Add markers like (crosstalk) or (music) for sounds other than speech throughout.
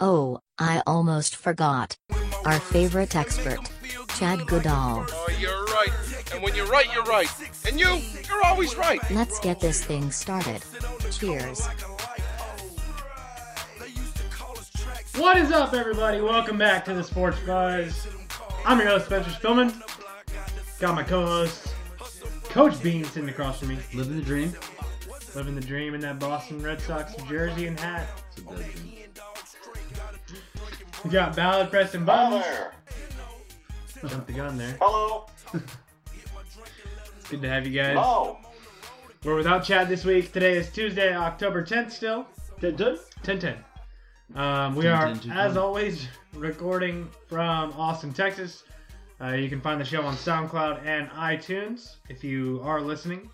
Oh, I almost forgot. Our favorite expert, Chad Goodall. Oh, you're right. And when you're right, you're right. And you, you're always right. Let's get this thing started. Cheers. What is up, everybody? Welcome back to the Sports Buzz. I'm your host, Spencer Spillman. Got my co host, Coach Bean, sitting across from me, Living the dream. living the dream in that Boston Red Sox jersey and hat. It's a dead dream. We got Ballard pressing buttons. Jumped the gun there. Hello. It's (laughs) good to have you guys. Oh. We're without Chad this week. Today is Tuesday, October 10th still. 10 10? 10 Um, we 10, are, 10. as always, recording from Austin, Texas. Uh, you can find the show on SoundCloud and iTunes if you are listening.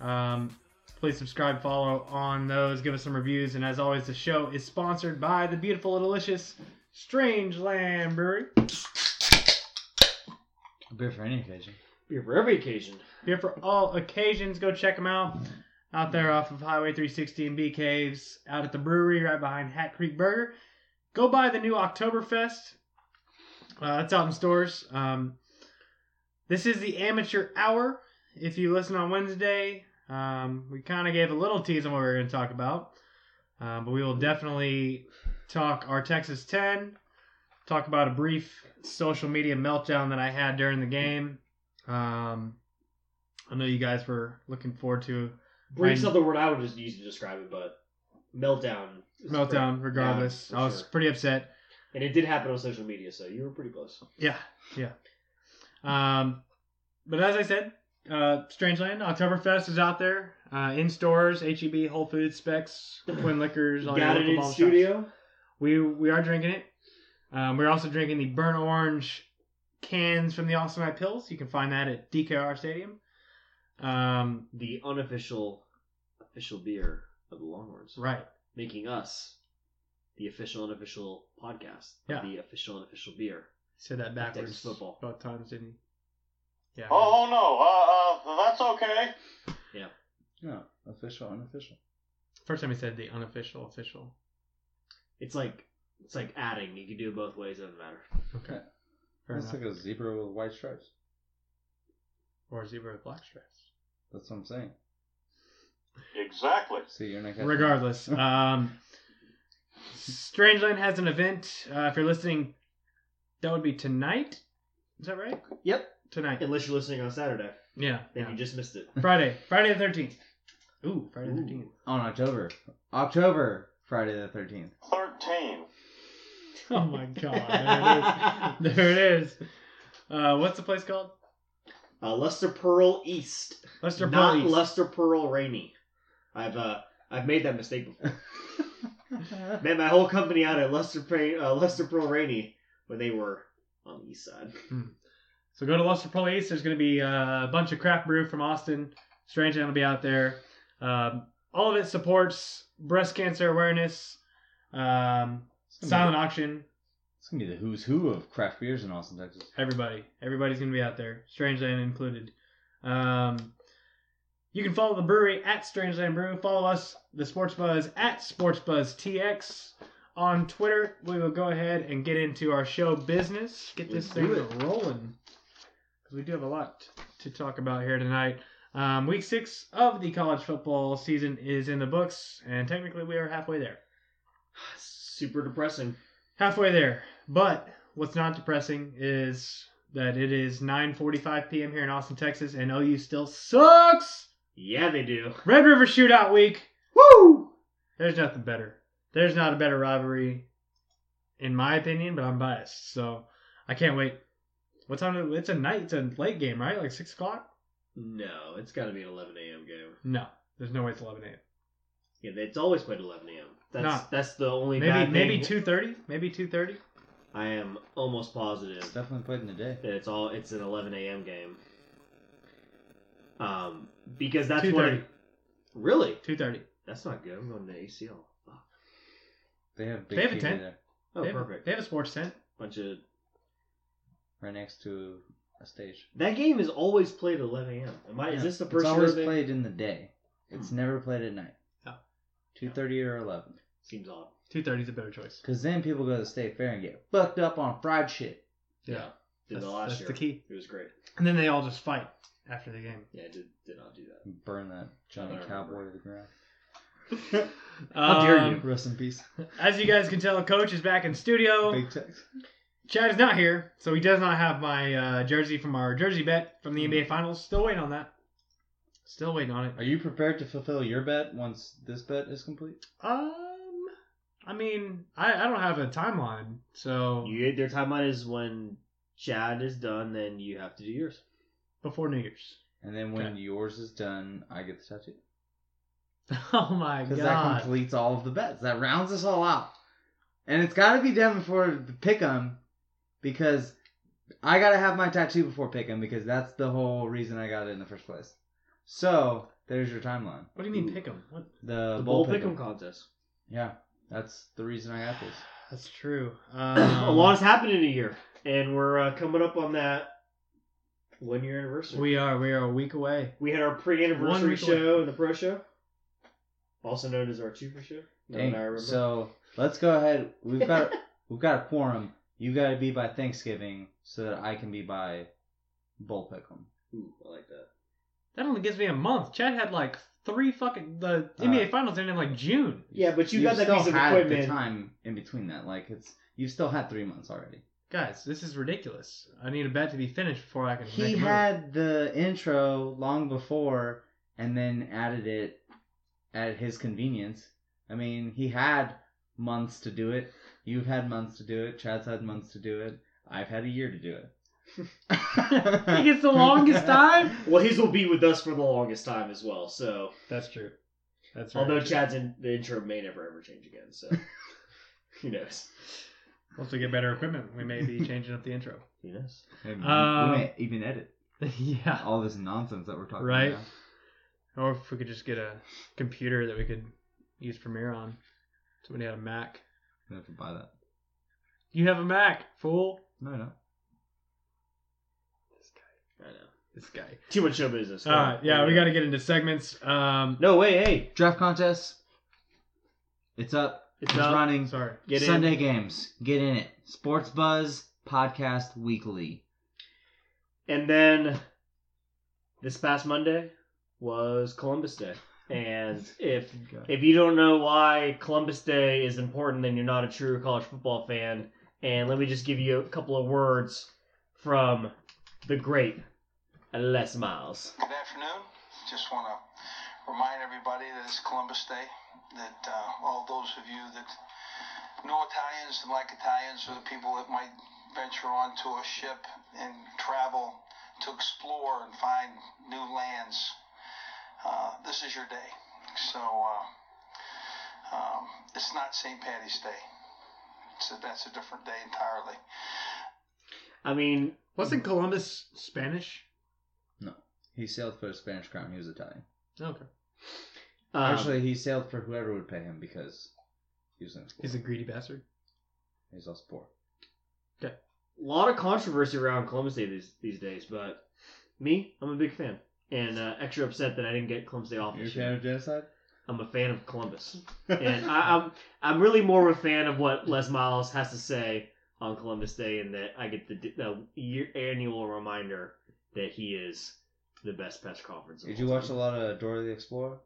Um, please subscribe, follow on those, give us some reviews. And as always, the show is sponsored by the beautiful and delicious Strange Land Brewery. A beer for any occasion. Beer for every occasion. Here for all occasions. Go check them out. Out there off of Highway 360 and B Caves, out at the brewery right behind Hat Creek Burger. Go buy the new Oktoberfest. Uh, it's out in stores. Um, this is the amateur hour. If you listen on Wednesday, um, we kind of gave a little tease on what we were going to talk about. Uh, but we will definitely talk our Texas 10, talk about a brief social media meltdown that I had during the game. Um, I know you guys were looking forward to Brief's Right. not the word I would just use to describe it, but meltdown. is meltdown. correct. Regardless, Yeah, I for was sure. pretty upset. And it did happen on social media, so you were pretty close. Yeah, yeah. Um, but as I said, uh, Strangeland Oktoberfest is out there uh, in stores, HEB, Whole Foods, Specs, Quinn Liquors. all your Got it local in bottle shops. studio. We we are drinking it. Um, we're also drinking the burnt orange cans from the Austin Eye Pills. You can find that at DKR Stadium. Um, The unofficial official beer of the Longhorns, right. making us the official unofficial podcast. Yeah. of The official unofficial beer. Said that backwards. Texas football. Both times didn't. you? Yeah. Oh, no. Uh, uh, that's okay. No, official, unofficial. First time he said the unofficial official. It's like it's like adding. You can do it both ways. It doesn't matter. Okay. Fair That's enough. like a zebra with white stripes. Or zebra with black stripes. That's what I'm saying. Exactly. See, you're not catching (laughs) Regardless, um, Strangeland has an event. Uh, if you're listening, that would be tonight. Is that right? Yep. Tonight. Unless you're listening on Saturday, Yeah. then yeah. you just missed it. Friday. Friday the 13th. Ooh, Friday the Ooh. 13th. On October. October, Friday the (laughs) 13th. 13. (laughs) Oh my god. (laughs) There it is. there it is. Uh, what's the place called? Uh, Luster Pearl East. Lester not Pearl East. Luster Pearl Rainy. I've uh, I've made that mistake before. Man, my whole company out at Luster Pe- uh, Luster Pearl Rainy when they were on the east side. So go to Luster Pearl East. There's going to be uh, a bunch of craft brew from Austin. Strangeland will be out there. Um, all of it supports breast cancer awareness, um, It's gonna silent be- auction, It's going to be the who's who of craft beers in Austin, Texas. everybody. Everybody's going to be out there, Strangeland included. Um, you can follow the brewery at Strangeland Brew. Follow us, the Sports Buzz, at Sports Buzz TX on Twitter. We will go ahead and get into our show business. Get this Let's thing do rolling because we do have a lot to talk about here tonight. Um, week six of the college football season is in the books, and technically we are halfway there. Super depressing. halfway there. But what's not depressing is that it is 9:45 p.m. here in Austin, Texas, and OU still sucks. Yeah, they do. Red River Shootout Week. Woo! There's nothing better. There's not a better rivalry, in my opinion, but I'm biased, so I can't wait. What time? is it? It's a night. It's a late game, right? Like six o'clock? No, it's got to be an 11 a.m. game. No, there's no way it's 11 a.m. Yeah, it's always played 11 a.m. That's Nah. that's the only Maybe bad maybe thing. 2:30. Maybe 2:30. I am almost positive It's definitely played in the day. that it's all it's an 11 a.m. game. Um, because that's what. it- really? 2:30. That's not good. I'm going to ACL. Fuck. They have big They have a TV tent. there, Oh, they have, perfect. They have a sports tent. Bunch of right next to a stage. that game is always played at 11 a.m. Am I? Yeah. Is this the It's first year always they- played in the day. It's never played at night. Hmm. Oh. Two thirty or eleven. Seems odd. 2:30 is a better choice. Because then people go to the state fair and get fucked up on fried shit. Yeah. Did the That's- last that's year. the key. It was great. And then they all just fight after the game. Yeah, I did did not do that. Burn that Johnny I don't Cowboy remember. to the ground. How Rest in peace. As you guys can tell, Coach is back in studio. Big text. Chad is not here, so he does not have my uh, jersey from our jersey bet from Mm. the NBA Finals. Still waiting on that. Still waiting on it. Are you prepared to fulfill your bet once this bet is complete? Um, I mean, I, I don't have a timeline, so You their timeline is when Chad is done, then you have to do yours. before New Year's. (laughs) And then when Okay. yours is done, I get the tattoo. Oh my Because that god! completes all of the bets. That rounds us all out. And it's got to be done before the pick 'em because I got to have my tattoo before pick 'em because that's the whole reason I got it in the first place. So there's your timeline. what do you mean Ooh. pick 'em? What? The, the bowl bowl pick pick'em 'em. contest. Yeah, that's the reason I got this. That's true. (coughs) a Um, lot has happened in a year, and we're uh, coming up on that one year anniversary. Um, we are we are a week away. we had our One pre-anniversary week show and the pro show, also known as our Chupa show. now that I Dang. remember. So let's go ahead. (laughs) We've got we've got a quorum. You got to be by Thanksgiving so that I can be by bowl pick 'em. Ooh, I like that. That only gives me a month. Chad had like three fucking the Uh, NBA Finals ended in like June. Yeah, but you You've got that still piece of had equipment. The time in between that, like it's you've still had three months already. Guys, this is ridiculous. I need a bet to be finished before I can. make a He move. had the intro long before, and then added it at his convenience. I mean, he had months to do it. You've had months to do it. Chad's had months to do it. I've had a year to do it. (laughs) He gets the longest time? (laughs) Well, his will be with us for the longest time as well. So, That's true. That's right. although Chad's in, the intro may never ever change (laughs) again, so who knows? once we get better equipment, we may (laughs) be changing up the intro. Who knows? Hey, man, Um, we may even edit (laughs) yeah. all this nonsense that we're talking Right. about. Or if we could just get a computer that we could use Premiere on. Somebody had a Mac. We have to buy that. You have a Mac, fool. No, no. I know. This guy. Too much show business. All right. Uh, Yeah, we got to get into segments. Um, No way. Hey, Draft contest. It's up. It's it's up. running. sorry. get in. Sunday games. Get in it. Sports Buzz Podcast Weekly. And then this past Monday was Columbus Day. And (laughs) if Oh if you don't know why Columbus Day is important, then you're not a true college football fan. And let me just give you a couple of words from the great Les Miles. Good afternoon. Just want to remind everybody that it's Columbus Day, that uh, all those of you that know Italians and like Italians are the people that might venture onto a ship and travel to explore and find new lands. Uh, this is your day. So uh, um, it's not St. Patty's Day. So that's a different day entirely. I mean, Wasn't Columbus Spanish? He sailed for the Spanish crown. He was Italian. Okay. um, Actually, he sailed for whoever would pay him because he was in He's a greedy bastard. He's also poor. a lot of controversy around Columbus Day these, these days, but me, I'm a big fan. And uh, extra upset that I didn't get Columbus Day off You're a this fan year. of genocide? I'm a fan of (laughs) Columbus. and I, I'm I'm really more of a fan of what Les Miles has to say on Columbus Day, and that I get the, d- the year, annual reminder that he is the best press conference. of Did all you watch a time. lot of Dora the Explorer?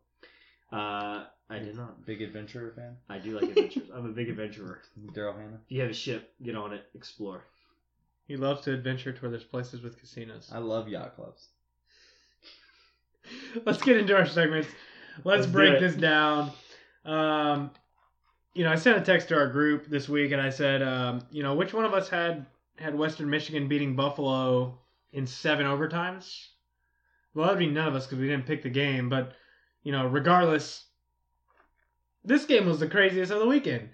Uh, I did not. Big adventurer fan? I do like adventures. I'm a big adventurer. Daryl Hannah? If you have a ship, get on it, explore. He loves to adventure to where there's places with casinos. I love yacht clubs. Let's get into our segments. Let's, Let's do break it. this down. Um, you know, I sent a text to our group this week, and I said, um, you know, which one of us had had Western Michigan beating Buffalo in seven overtimes? Well, that'd be none of us because we didn't pick the game. But you know, regardless, this game was the craziest of the weekend.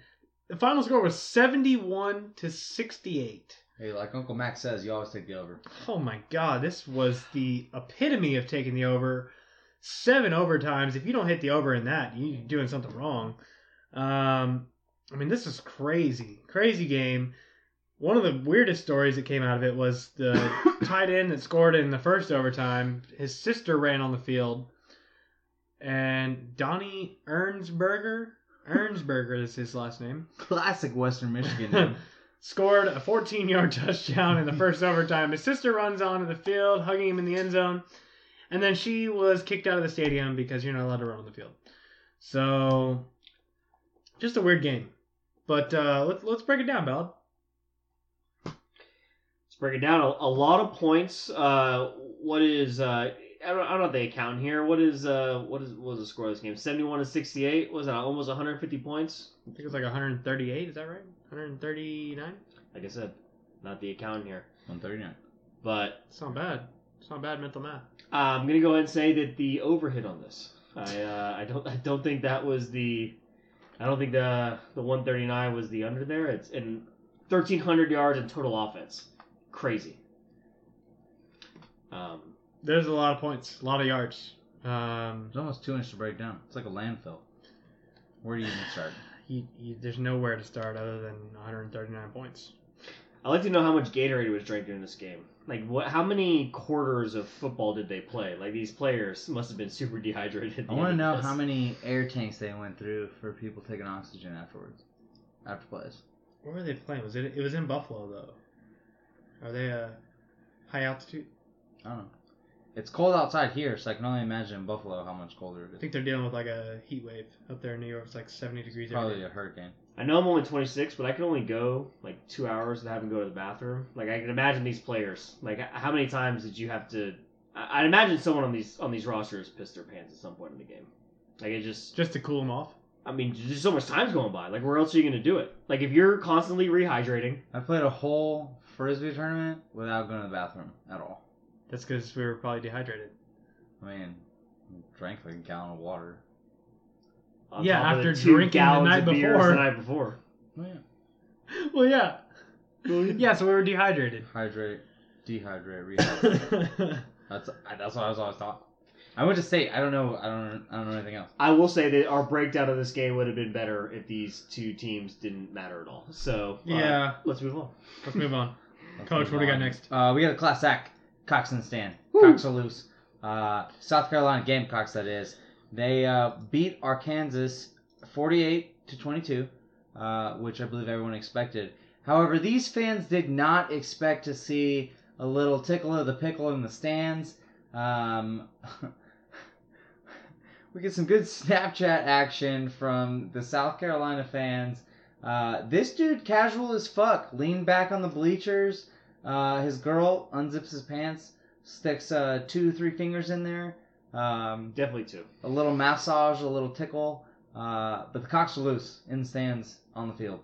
The final score was seventy-one to sixty-eight. Hey, like Uncle Max says, you always take the over. Oh my god, this was the epitome of taking the over. Seven overtimes. If you don't hit the over in that, you're doing something wrong. Um, I mean, this is crazy, crazy game. One of the weirdest stories that came out of it was the tight end that scored in the first overtime. His sister ran on the field, and Donnie Ernsberger, Ernsberger is his last name (laughs) Classic Western (laughs) Michigan. name. scored a 14 yard (laughs) touchdown in the first overtime. His sister runs onto the field, hugging him in the end zone. And then she was kicked out of the stadium because you're not allowed to run on the field. So, just a weird game. But uh, let's, let's break it down, Ballard. Let's break it down. A, a lot of points. Uh, what is uh, I don't, I don't know if they account here. What is uh, what is what was the score of this game? Seventy-one to sixty-eight. Was that almost one hundred fifty points? I think it was like 138, is that right? 139? Like I said, not the account here. 139. But It's not bad. It's not bad mental math. uh, I'm gonna go ahead and say that the overhit on this. I uh, I don't I don't think that was the. I don't think the the one thirty nine was the under there. It's in thirteen hundred yards in total offense. Crazy. Um, There's a lot of points, a lot of yards. Um, It's almost two inches to break down. It's like a landfill. Where do you even start? you, you, there's nowhere to start other than 139 points. I'd like to know how much Gatorade was drank during this game. Like, what? How many quarters of football did they play? Like, these players must have been super dehydrated. at I the want to end of know this. how many air tanks they went through for people taking oxygen afterwards, after plays. Where were they playing? Was it? It was in Buffalo though. Are they uh, high altitude? I don't know. It's cold outside here, so I can only imagine in Buffalo how much colder I it is. think they're dealing with like a heat wave up there in New York. It's like seventy degrees. every Probably day. a hurricane. I know I'm only 26, but I can only go like two hours without having to go to the bathroom. Like, I can imagine these players. Like, h- how many times did you have to? I- I'd imagine someone on these on these rosters pissed their pants at some point in the game. Like, it just Just to cool them off. I mean, there's so much time's going by. Like, where else are you gonna do it? Like, if you're constantly rehydrating, I played a whole frisbee tournament without going to the bathroom at all. That's because we were probably dehydrated. (laughs) I mean, I drank like a gallon of water. on Yeah, top of after two drinking the gallons night of beers before. the night before. Oh, yeah. well, yeah. yeah, so we were dehydrated. Hydrate, dehydrate, rehydrate. that's I- that's what I was always taught. I went to state. I don't know. I don't. I don't know anything else. I will say that our breakdown of this game would have been better if these two teams didn't matter at all. So uh, yeah. let's move on. Let's move on. Let's Coach, move what do we got on. next? Uh, we got a class act. Cox and Stan. Cox are loose. Uh, South Carolina Gamecocks. That is. They uh, beat Arkansas forty-eight to twenty-two, uh, which I believe everyone expected. However, these fans did not expect to see a little tickle of the pickle in the stands. Um, (laughs) we get some good Snapchat action from the South Carolina fans. Uh, this dude, casual as fuck, leaned back on the bleachers. Uh, his girl unzips his pants, sticks uh, two, three fingers in there. Um, Definitely two. a little massage, a little tickle. Uh, but the cocks are loose in the stands on the field.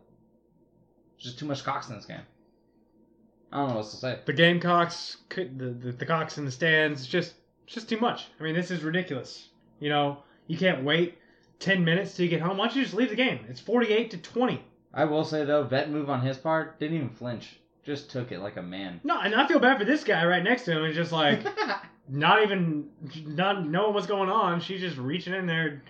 Just too much cocks in this game. I don't know what else to say. The Gamecocks, could- the, the the cocks in the stands. It's just it's just too much. I mean, this is ridiculous. You know, you can't wait ten minutes till you get home. Why don't you just leave the game? It's forty-eight to twenty. I will say though, vet move on his part didn't even flinch. Just took it like a man. No, and I feel bad for this guy right next to him. He's just like not even not knowing what's going on. She's just reaching in there,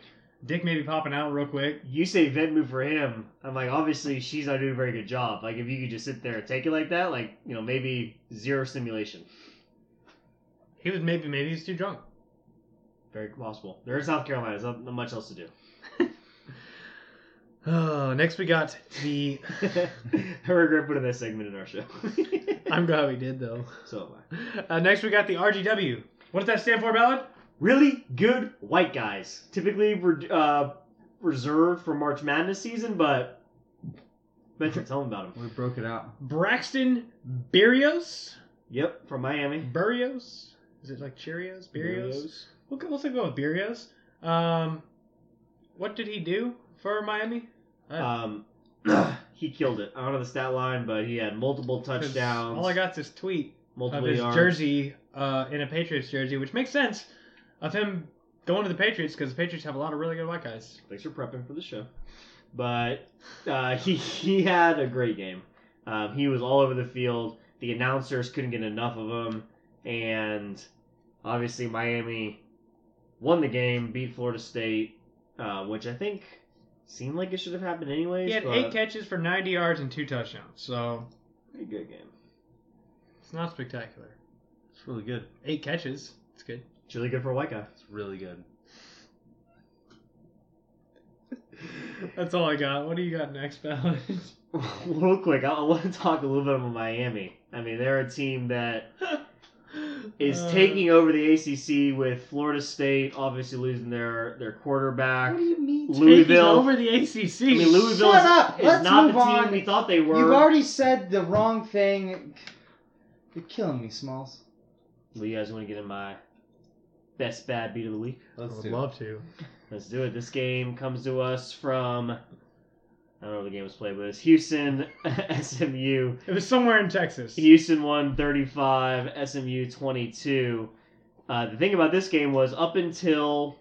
dick maybe popping out real quick. You say vent move for him. I'm like, obviously she's not doing a very good job. Like if you could just sit there and take it like that, like you know maybe zero stimulation. He was maybe maybe he's too drunk. (sighs) Very possible. They're in South Carolina. There's not not much else to do. Oh, next we got (laughs) the. (laughs) I regret putting that segment in our show. I'm glad we did though. so am I. Uh, next we got the RGW. What does that stand for, Ballard? really good white guys. Typically, we're uh, reserved for March Madness season, but Venture, tell them about him. We broke (gasps) it out. Braxton Berrios. Yep, from Miami. Burrios. Is it like Cheerios? Berrios. Berrios. We'll go, let's go with Berrios. Um, what did he do for Miami? Um, (clears throat) he killed it. I don't know the stat line, but he had multiple 'Cause touchdowns. All I got's this tweet of multiple his yards. jersey uh, in a Patriots jersey, which makes sense of him going to the Patriots because the Patriots have a lot of really good white guys. Thanks for prepping for the show. But uh, he he had a great game. Um, he was all over the field. The announcers couldn't get enough of him, and obviously Miami won the game, beat Florida State, uh, which I think seemed like it should have happened anyways. He had but eight catches for 90 yards and two touchdowns, so pretty good game. it's not spectacular. It's really good. Eight catches, it's good. It's really good for a white guy. It's really good. That's all I got. What do you got next, Ballard? (laughs) Real quick, I, I want to talk a little bit about Miami. I mean, they're a team that is Uh, taking over the ACC with Florida State obviously losing their their quarterback. What do you mean? Taking Louisville- over the ACC. I mean, Louisville Shut up! is Let's not move the team on. we thought they were. You've already said the wrong thing. You're killing me, Smalls. Well, you guys want to get in my best bad beat of the week? I would love to. Let's do it. This game comes to us from I don't know where the game was played, but it's Houston (laughs) SMU. It was somewhere in Texas. Houston won 35, SMU 22. Uh, the thing about this game was up until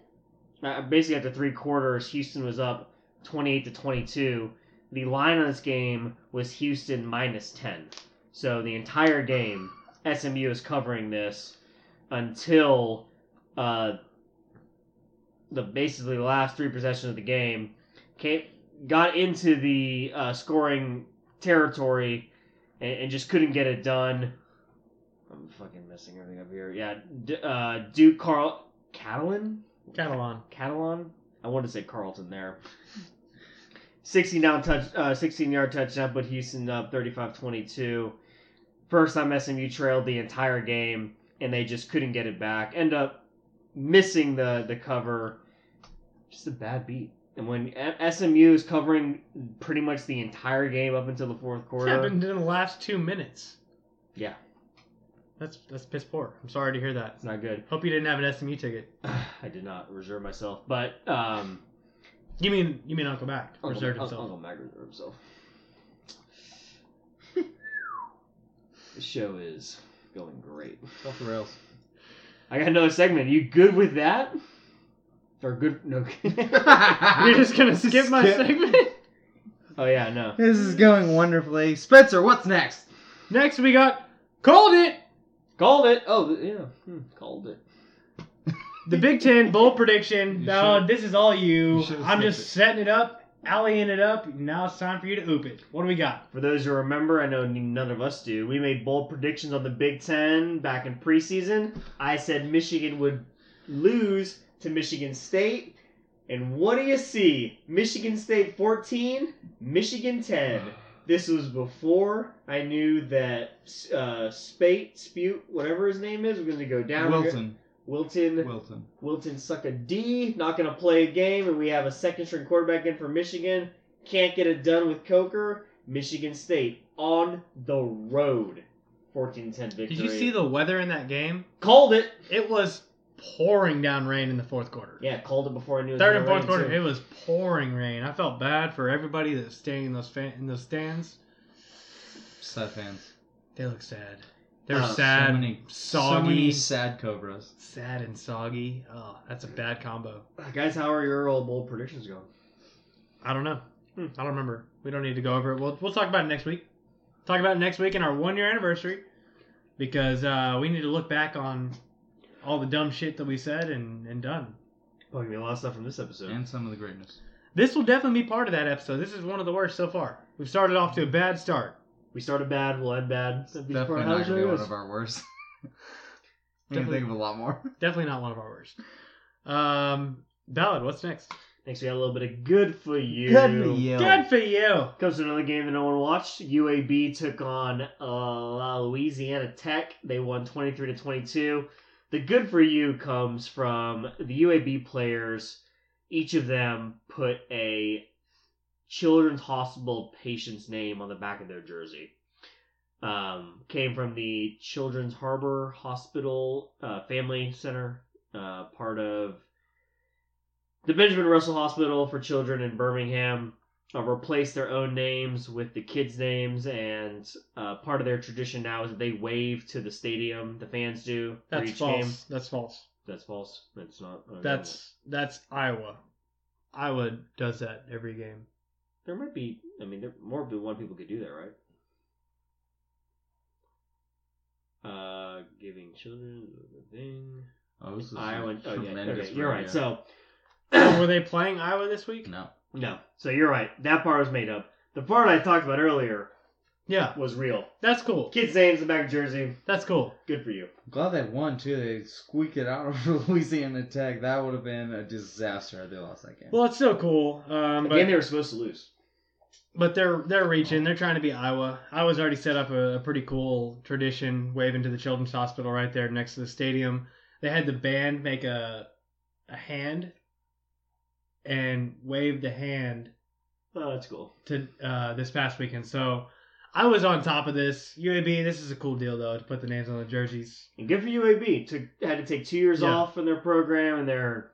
uh, basically after three quarters, Houston was up 28 to 22. The line on this game was Houston minus 10. So the entire game, SMU is covering this until uh, the basically the last three possessions of the game came, got into the uh, scoring territory and, and just couldn't get it done. I'm fucking messing everything up here. Yeah, D- uh, Duke Carl Catalan Catalan. Catalan. I wanted to say Carlton there. 16 down touch, uh, 16 yard touchdown, put Houston up 35-22. First time SMU trailed the entire game, and they just couldn't get it back. End up missing the the cover. Just a bad beat. And when uh, A- SMU is covering pretty much the entire game up until the fourth It quarter, happened in the last two minutes. Yeah. That's that's piss poor. I'm sorry to hear that. it's not good. (sighs) Hope you didn't have an SMU ticket. I did not reserve myself, but um, You mean you mean Uncle Mac reserved Uncle, himself? Uncle Mac reserved himself. (laughs) the show is going great. (laughs) Off the rails. I got another segment. You good with that? Or good? No. (laughs) You're just gonna skip my Skip. segment. (laughs) oh yeah, no. This is going wonderfully. Spencer, what's next? Next we got called it. Called it. Oh yeah, hmm, called it. The Big Ten bowl prediction. You Now should've- this is all you. you should've I'm just skipped setting it up, alleying it up. Now it's time for you to oop it. What do we got? For those who remember, I know none of us do. We made bold predictions on the Big Ten back in preseason. I said Michigan would lose to Michigan State, and what do you see? Michigan State 14, Michigan 10. This was before I knew that uh, Spate, Spute, whatever his name is, was going to go down. Wilton. Wilton. Wilton. Wilton suck a D, not going to play a game, and we have a second string quarterback in for Michigan. Can't get it done with Coker. Michigan State on the road. 14 10 victory. Did you see the weather in that game? Called it. It was pouring down rain in the fourth quarter. Yeah, called it before I knew it. was Third and gonna fourth rain, quarter, too. it was pouring rain. I felt bad for everybody that's staying in those fan- in those stands. Sad fans. They look sad. They're Oh, so sad, many- So soggy, many sad Cobras. sad and soggy. Oh, that's a bad combo. Guys, how are your old bold predictions going? I don't know. Hmm. I don't remember. We don't need to go over it. We'll we'll talk about it next week. Talk about it next week in our one year anniversary because uh, we need to look back on all the dumb shit that we said and, and done. Oh, you mean a lot of stuff from this episode. And some of the greatness. This will definitely be part of that episode. This is one of the worst so far. We've started off to a bad start. We started bad, we'll end bad. Definitely How not should I gonna be go? one of our worst. (laughs) I can Definitely. think of a lot more. Definitely not one of our worst. Um, Ballad, what's next? Next, we got a little bit of good for you. Good for you. Comes to another game that no one watched. UAB took on uh, Louisiana Tech. They won 23 to 22. The good for you comes from the UAB players each of them put a children's hospital patient's name on the back of their jersey. Um, came from the Children's Harbor Hospital uh, Family Center, uh, part of the Benjamin Russell Hospital for Children in Birmingham. Uh, replaced their own names with the kids' names, and uh, part of their tradition now is that they wave to the stadium. The fans do for That's each false. game. That's false. That's false. That's not. uh, okay. That's that's Iowa. Iowa does that every game. There might be. I mean, there more than one people could do that, right? Uh, giving children the thing. Oh, this is Iowa. a Oh, yeah, tremendous. okay, you're right. radio. So So (coughs) were they playing Iowa this week? no, no. So you're right. That part was made up. The part I talked about earlier Yeah, was real. that's cool. Kids' names in the back of jersey. That's cool. Good for you. I'm glad they won too. They squeaked it out over (laughs) Louisiana Tech. That would have been a disaster had they lost that game. Well, it's still cool. Um, Again, but they were supposed to lose. but they're they're reaching. They're trying to be Iowa. Iowa's already set up a, a pretty cool tradition, waving to the children's hospital right there next to the stadium. They had the band make a a hand and wave the hand Oh, that's cool. to uh, this past weekend. So I was on top of this UAB. This is a cool deal though to put the names on the jerseys. And good for UAB. Took had to take two years Yeah. off from their program, and they're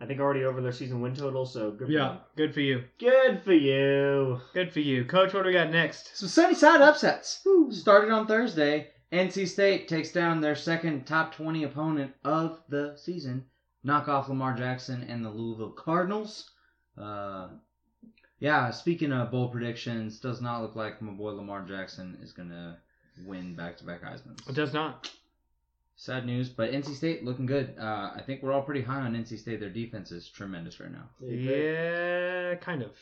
I think already over their season win total. So good. For Yeah, them. good for you. Good for you. Good for you, Coach. What do we got next? Some sunny side upsets started on Thursday. NC State takes down their second top 20 opponent of the season, knock off Lamar Jackson and the Louisville Cardinals. Uh, yeah, speaking of bowl predictions, does not look like my boy Lamar Jackson is going to win back to back It Heisman's. does not. Sad news, but NC State looking good. Uh, I think we're all pretty high on NC State. Their defense is tremendous right now. Yeah, kind of.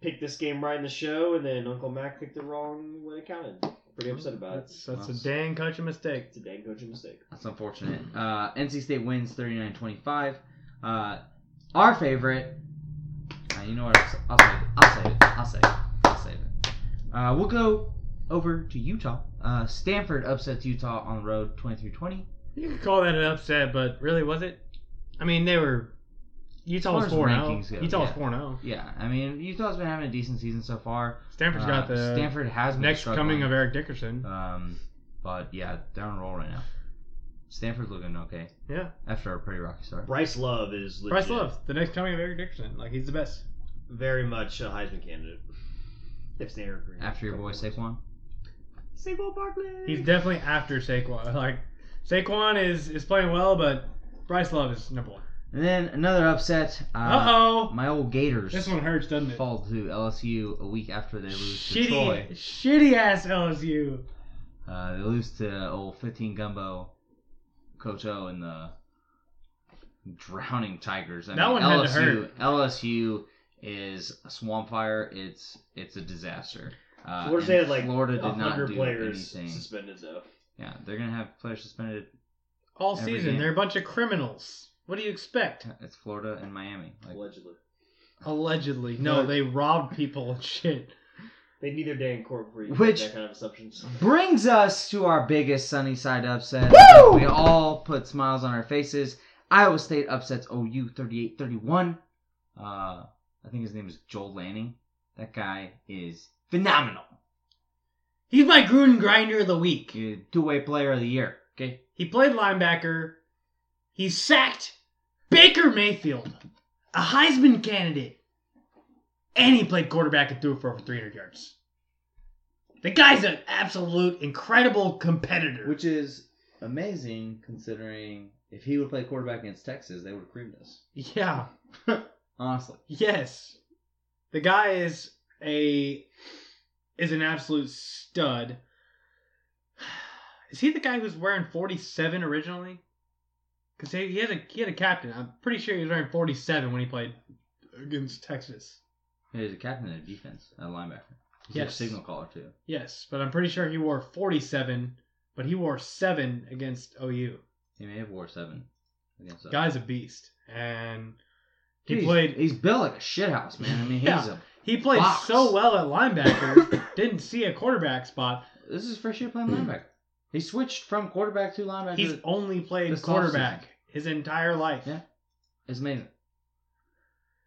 picked this game right in the show, and then Uncle Mac picked it wrong when it counted. Pretty upset about it. That's that's a Nice. dang coaching mistake. It's a dang coaching mistake. That's unfortunate. Uh, NC State wins 39 25. Uh, our favorite. Uh, you know what? I'll save it. I'll save it. I'll save it. I'll save it. Uh, we'll go over to Utah. Uh, Stanford upsets Utah on the road 23 20. You could call that an upset, but really was it? I mean, they were Utah was As four far as zero. rankings go, Utah was yeah. four oh. zero. Yeah, I mean, Utah's been having a decent season so far. Stanford's Uh, got the Stanford has been next coming of struggling. Eric Dickerson. Um, but yeah, they're on a roll right now. Stanford's looking okay yeah, after a pretty rocky start. Bryce Love is legit, Bryce Love, the next coming of Eric Dickerson. Like he's the best. very much a Heisman candidate. If Stanford Green. After your boy Saquon. Saquon Barkley. He's definitely after Saquon. (laughs) Like Saquon is is playing well, but Bryce Love is number one. And then another upset. Uh, Uh oh, My old Gators this one hurts, doesn't it? fall to LSU a week after they lose to Shitty, Troy. shitty ass LSU. Uh, they lose to old 15 Gumbo, Coach O, and the drowning Tigers. I That mean, one had to LSU, hurt. LSU is a swamp fire. It's it's a disaster. Uh, Florida State and had like Florida did not 100 do players anything. suspended though. Yeah, they're gonna have players suspended. All Every season, game. they're a bunch of criminals. What do you expect? It's Florida and Miami. Like, Allegedly, Allegedly, no, they robbed people and shit. they need their day in court before you make Which- that kind of assumptions. brings us to our biggest sunny side upset. We all put smiles on our faces. Iowa State upsets OU 38-31. Uh, I think his name is Joel Lanning. That guy is phenomenal. He's my Gruden grinder of the week. He's a Two-way player of the year. Okay. He played linebacker. He sacked Baker Mayfield, a Heisman candidate, and he played quarterback and threw for over 300 yards. The guy's an absolute incredible competitor. Which is amazing considering if he would play quarterback against Texas, they would have creamed us. (laughs) yeah, Honestly. yes, the guy is a is an absolute stud. Is he the guy who's wearing 47 originally? Because he, he had a he had a captain. I'm pretty sure he was wearing 47 when he played against Texas. He's a captain of defense, a linebacker. He's Yes. a signal caller too. Yes, but I'm pretty sure he wore 47, but he wore 7 against OU. He may have wore seven against us. Guy's a beast. And he He's- played He's built like a shithouse, man. I mean, he's Yeah. a. he played box. so well at (coughs) linebacker, didn't see a quarterback spot. This is his first year playing linebacker. He switched from quarterback to linebacker. He's only played this quarterback his entire life. Yeah. It's amazing.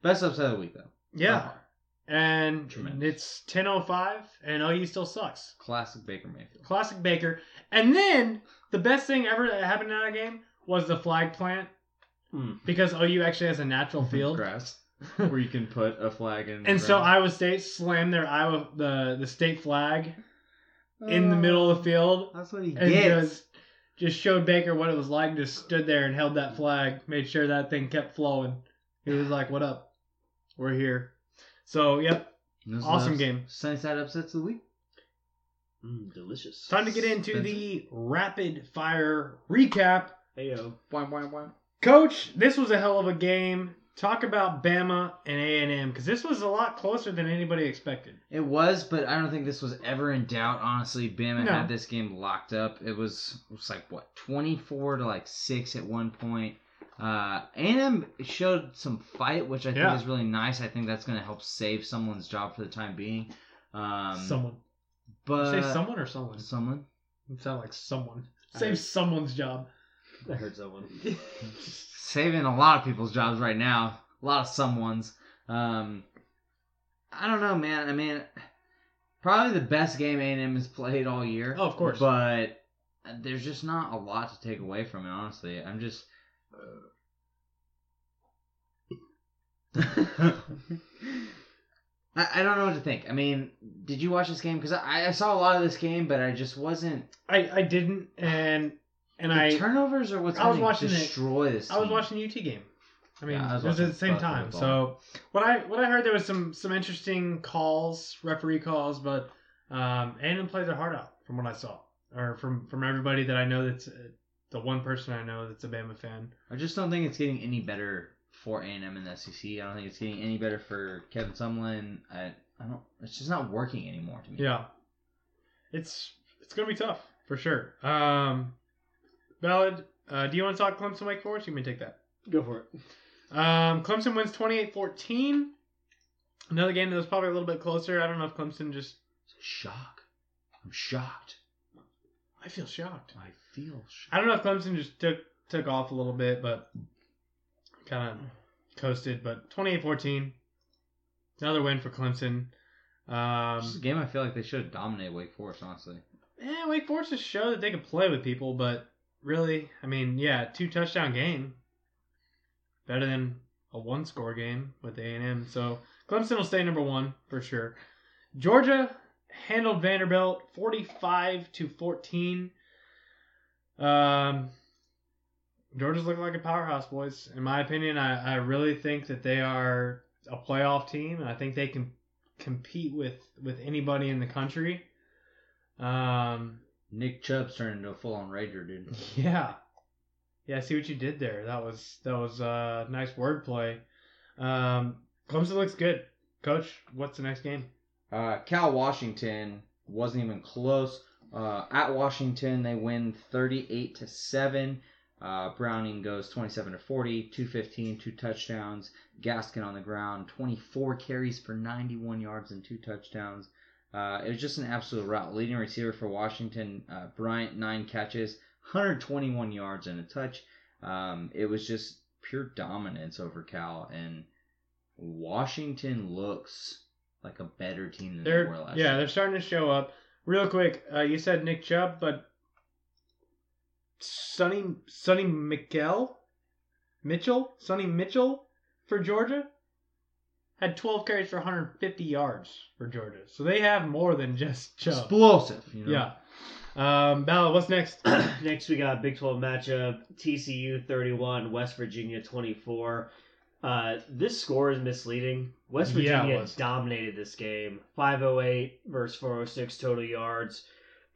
Best episode of the week, though. Yeah. And Tremendous. it's 10.05, and OU still sucks. Classic Baker Mayfield. Classic Baker. And then the best thing ever that happened in that game was the flag plant Hmm. Mm. because OU actually has a natural Mhm. field. (laughs) Grass. where you can put a flag in. the And so ground. Iowa State slammed their Iowa the the state flag in the Uh. middle of the field That's what he and gets. just just showed Baker what it was like. Just stood there and held that flag, made sure that thing kept flowing. He was like, "What up? We're here." So yep, And those are awesome the game. Sunnyside upsets of the week. Mm, delicious. time to get into the rapid fire recap. Heyo. Boing, boing, boing. Coach, this was a hell of a game. Talk about Bama and A and M because this was a lot closer than anybody expected. It was, but I don't think this was ever in doubt. Honestly, Bama No. had this game locked up. It was it was like what twenty four to like six at one point. Uh, A&M showed some fight, which I Yeah. think is really nice. I think that's going to help save someone's job for the time being. Um, someone, uh, but say someone or someone. someone. It sound like someone. I Save heard- someone's job. I heard someone. (laughs) saving a lot of people's jobs right now. A lot of someone's. Um, I don't know, man. I mean, probably the best game A&M has played all year. Oh, of course. But there's just not a lot to take away from it, honestly. I'm just. I, uh, (laughs) I don't know what to think. I mean, did you watch this game? Because I, I saw a lot of this game, but I just wasn't. I, I didn't and and The I turnovers are what's I was going to watching it. destroy this. I was team. watching the UT game. I mean, Yeah, I was it was at the watching same both of time. the So what I what I heard there was some some interesting calls, referee calls, but um, and played their heart out from what I saw, or from from everybody that I know that's uh, the one person I know that's a Bama fan. I just don't think it's getting any better for A&M and the SEC. I don't think it's getting any better for Kevin Sumlin. I, I don't. It's just not working anymore to me. Yeah, it's it's gonna be tough for sure. Um, Ballad, uh, do you want to talk Clemson Wake Forest? You may take that. Go for it. Um, Clemson wins 28-14. Another game that was probably a little bit closer. I don't know if Clemson just. It's a shock. I'm shocked. I feel shocked. I feel shocked. I don't know if Clemson just took took off a little bit, but kind of coasted. But 28-14. Another win for Clemson. this is a Um, game I feel like they should have dominated Wake Forest. Honestly, eh, Wake Forest just showed that they could play with people, but really, I mean, yeah, two touchdown game. Better than a one score game with A and M. So Clemson will stay number one for sure. Georgia handled Vanderbilt 45 to 14. Um, Georgia's looking like a powerhouse, boys. In my opinion, I, I really think that they are a playoff team, and I think they can compete with, with anybody in the country. Um, Nick Chubb's turned into a full-on rager, dude. (laughs) yeah. Yeah, I see what you did there. That was that was uh nice wordplay. Um Clemson looks good. Coach, what's the next game? Uh, Cal Washington wasn't even close. Uh, at Washington, they win 38 to seven. Uh, Browning goes 27 to 40, 215, two touchdowns. Gaskin on the ground, 24 carries for 91 yards and two touchdowns. Uh, it was just an absolute rout. Leading receiver for Washington, uh, Bryant, nine catches, 121 yards and a touch. Um, it was just pure dominance over Cal, and Washington looks like a better team than they They're were last yeah, year. they're starting to show up. Real quick, uh, you said Nick Chubb, but Sonny Sonny Mikel Mitchell Sonny Mitchell for Georgia had 12 carries for 150 yards for Georgia. So they have more than just Chubb. explosive. You know? Yeah. Um, Ballard, what's next? (clears throat) Next, we got Big 12 matchup TCU 31, West Virginia 24. Uh, this score is misleading. West Yeah, it Virginia was. dominated this game 508 versus 406 total yards.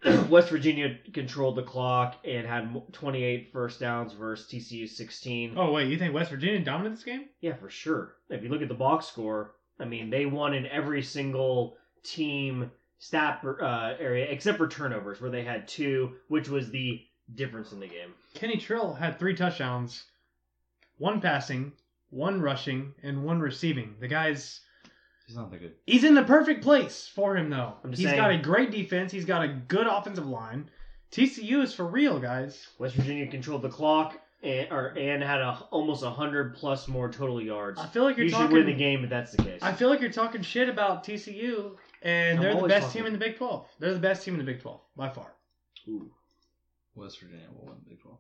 (clears throat) West Virginia controlled the clock and had 28 first downs versus TCU 16. Oh wait, you think West Virginia dominated this game? Yeah, for sure. If you look at the box score, I mean, they won in every single team stat uh, area except for turnovers, where they had two, which was the difference in the game. Kenny Trill had three touchdowns, one passing, one rushing, and one receiving. The guy's He's not that good. he's in the perfect place for him though. I'm He's just saying. got a great defense. He's got a good offensive line. TCU is for real, guys. West Virginia controlled the clock. and or and had a almost hundred plus more total yards. I feel like you're you should talking. win the game if that's the case. I feel like you're talking shit about TCU, and I'm they're the always best talking- team in the Big 12. They're the best team in the Big 12 by far. Ooh. West Virginia will win Big (laughs) 12.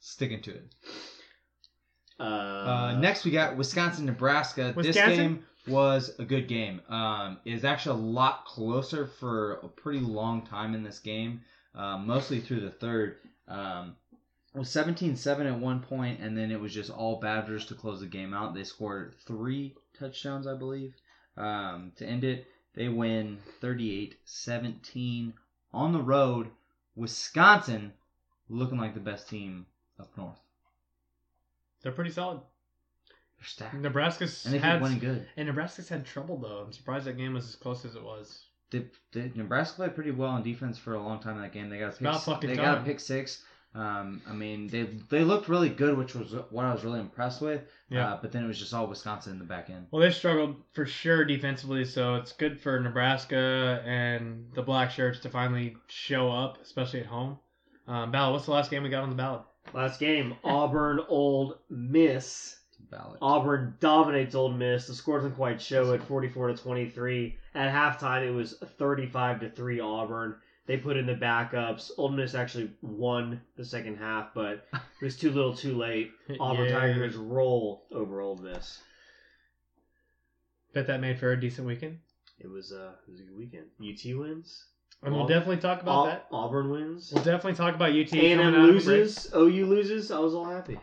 Sticking to it. Uh, Uh, next, we got Wisconsin, Nebraska. This Wisconsin? game was a good game. Um, it was actually a lot closer for a pretty long time in this game, uh, mostly through the third. Um, it was 17-7 at one point, and then it was just all Badgers to close the game out. They scored three touchdowns, I believe, um, to end it. They win 38-17 on the road. Wisconsin looking like the best team up north. They're pretty solid. They're stacked. Nebraska's And they keep had winning good. and Nebraska's had trouble though. I'm surprised that game was as close as it was. They, they, Nebraska played pretty well on defense for a long time in that game. They got a pick, about fucking they got a time. pick six. Um, I mean, they they looked really good, which was what I was really impressed with. Yeah. Uh, but then it was just all Wisconsin in the back end. Well, they struggled for sure defensively, so it's good for Nebraska and the black shirts to finally show up, especially at home. Um, ballot. What's the last game we got on the ballot? last game, Auburn Old Miss. Ballot. Auburn dominates Old Miss. The score doesn't quite show it, 44 to 23. At halftime, it was 35 to 3 Auburn. They put in the backups. Old Miss actually won the second half, but it was too little, too late. Auburn (laughs) Yeah. Tigers roll over Old Miss. Bet that made for a decent weekend, It was, uh, it was a good weekend. UT wins. and we'll Well, definitely talk about Au- that. Auburn wins. We'll definitely talk about UT. A&M coming out of the break. loses. OU loses. I was all happy.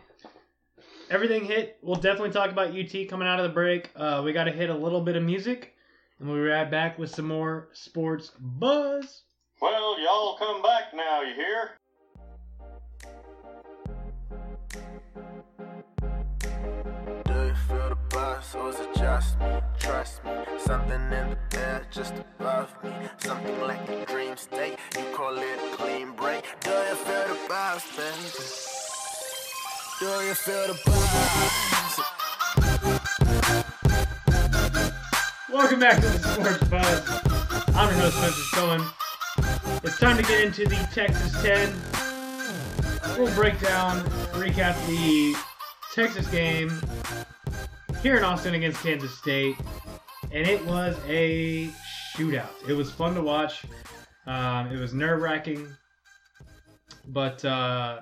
everything hit. We'll definitely talk about UT coming out of the break. Uh, we got to hit a little bit of music, and we'll be right back with some more sports buzz. Well, y'all come back now, you hear? Do you feel the buzz or is it just me? Trust me, something in the air just above me. Something like a dream state, you call it a clean break. Do you feel the buzz, baby? Do you feel the buzz? Welcome back to the Sports Buzz. I'm your host, Spencer Cohen. It's time to get into the Texas 10. We'll break down, recap the Texas game here in Austin against Kansas State. And it was a shootout. It was fun to watch. Um, it was nerve wracking. But uh,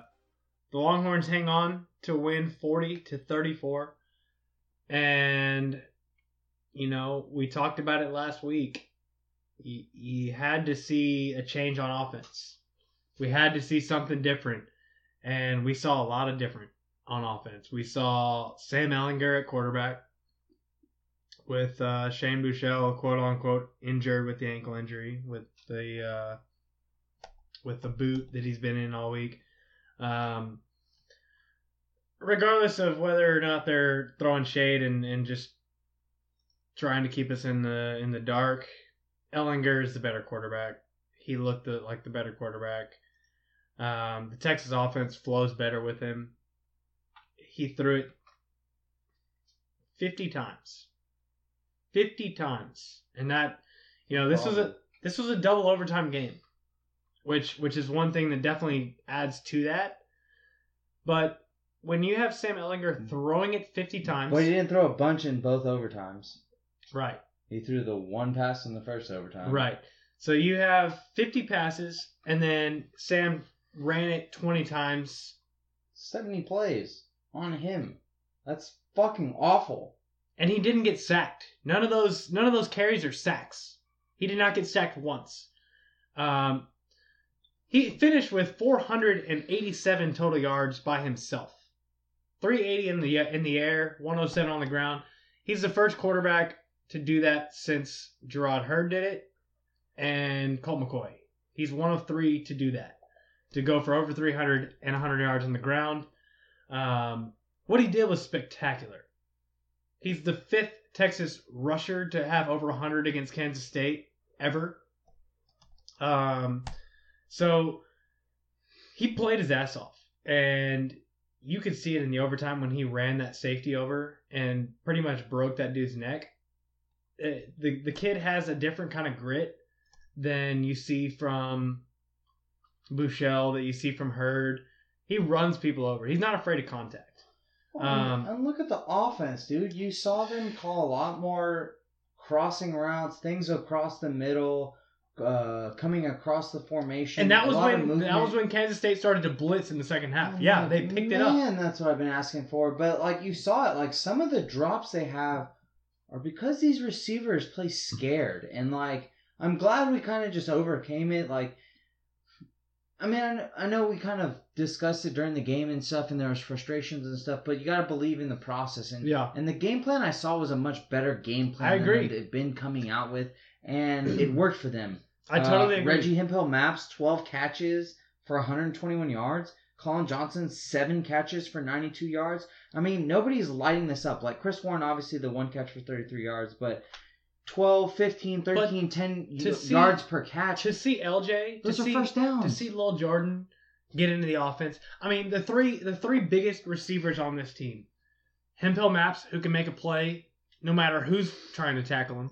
the Longhorns hang on to win 40 to 34. And you know, we talked about it last week. You, you had to see a change on offense. We had to see something different, and we saw a lot of different on offense. We saw Sam Ellinger at quarterback with uh, Shane Bouchel, quote unquote, injured with the ankle injury with the uh, with the boot that he's been in all week. Um, regardless of whether or not they're throwing shade and, and just trying to keep us in the in the dark. Ellinger is the better quarterback. He looked the, like the better quarterback. Um, the Texas offense flows better with him. He threw it 50 times. 50 times. And that you know, this was a this was a double overtime game. Which which is one thing that definitely adds to that. But when you have Sam Ellinger throwing it 50 times, Well, he didn't throw a bunch in both overtimes. right. He threw the one pass in the first overtime. Right. So you have 50 passes, and then Sam ran it 20 times, Seventy plays on him. That's fucking awful. and he didn't get sacked. None of those none of those carries are sacks. He did not get sacked once. Um, he finished with 487 total yards by himself. 380 in the in the air, 107 on the ground. He's the first quarterback to do that since Gerard Hurd did it and Colt McCoy. He's one of three to do that, to go for over 300 and 100 yards on the ground. Um, what he did was spectacular. He's the fifth Texas rusher to have over 100 against Kansas State ever. Um, so he played his ass off, and you could see it in the overtime when he ran that safety over and pretty much broke that dude's neck. Uh, The the kid has a different kind of grit than you see from Bouchel, that you see from Hurd. He runs people over. He's not afraid of contact. Um, and look at the offense, dude. You saw them call a lot more crossing routes, things across the middle, uh, coming across the formation. and that a was lot when of that movement. Oh, was when Kansas State started to blitz in the second half. I'm yeah, like, they picked man, it up. that's what I've been asking for. But like you saw it, like some of the drops they have are because these receivers play scared, and like I'm glad we kind of just overcame it. Like, I mean, I kn- I know we kind of discussed it during the game and stuff, and there was frustrations and stuff, but you got to believe in the process. And Yeah. and the game plan I saw was a much better game plan. I than agree. They've been coming out with, and it worked for them. I Uh, totally agree. Reggie Hempel maps 12 catches for 121 yards. Colin Johnson, seven catches for 92 yards. I mean, nobody's lighting this up. Like Chris Warren, obviously, the one catch for 33 yards, but 12, 15, 13, 10 to y- see- yards per catch. to see LJ to Those are see first downs. to see Lil Jordan get into the offense. I mean, the three the three biggest receivers on this team: Hempel Maps, who can make a play no matter who's trying to tackle him;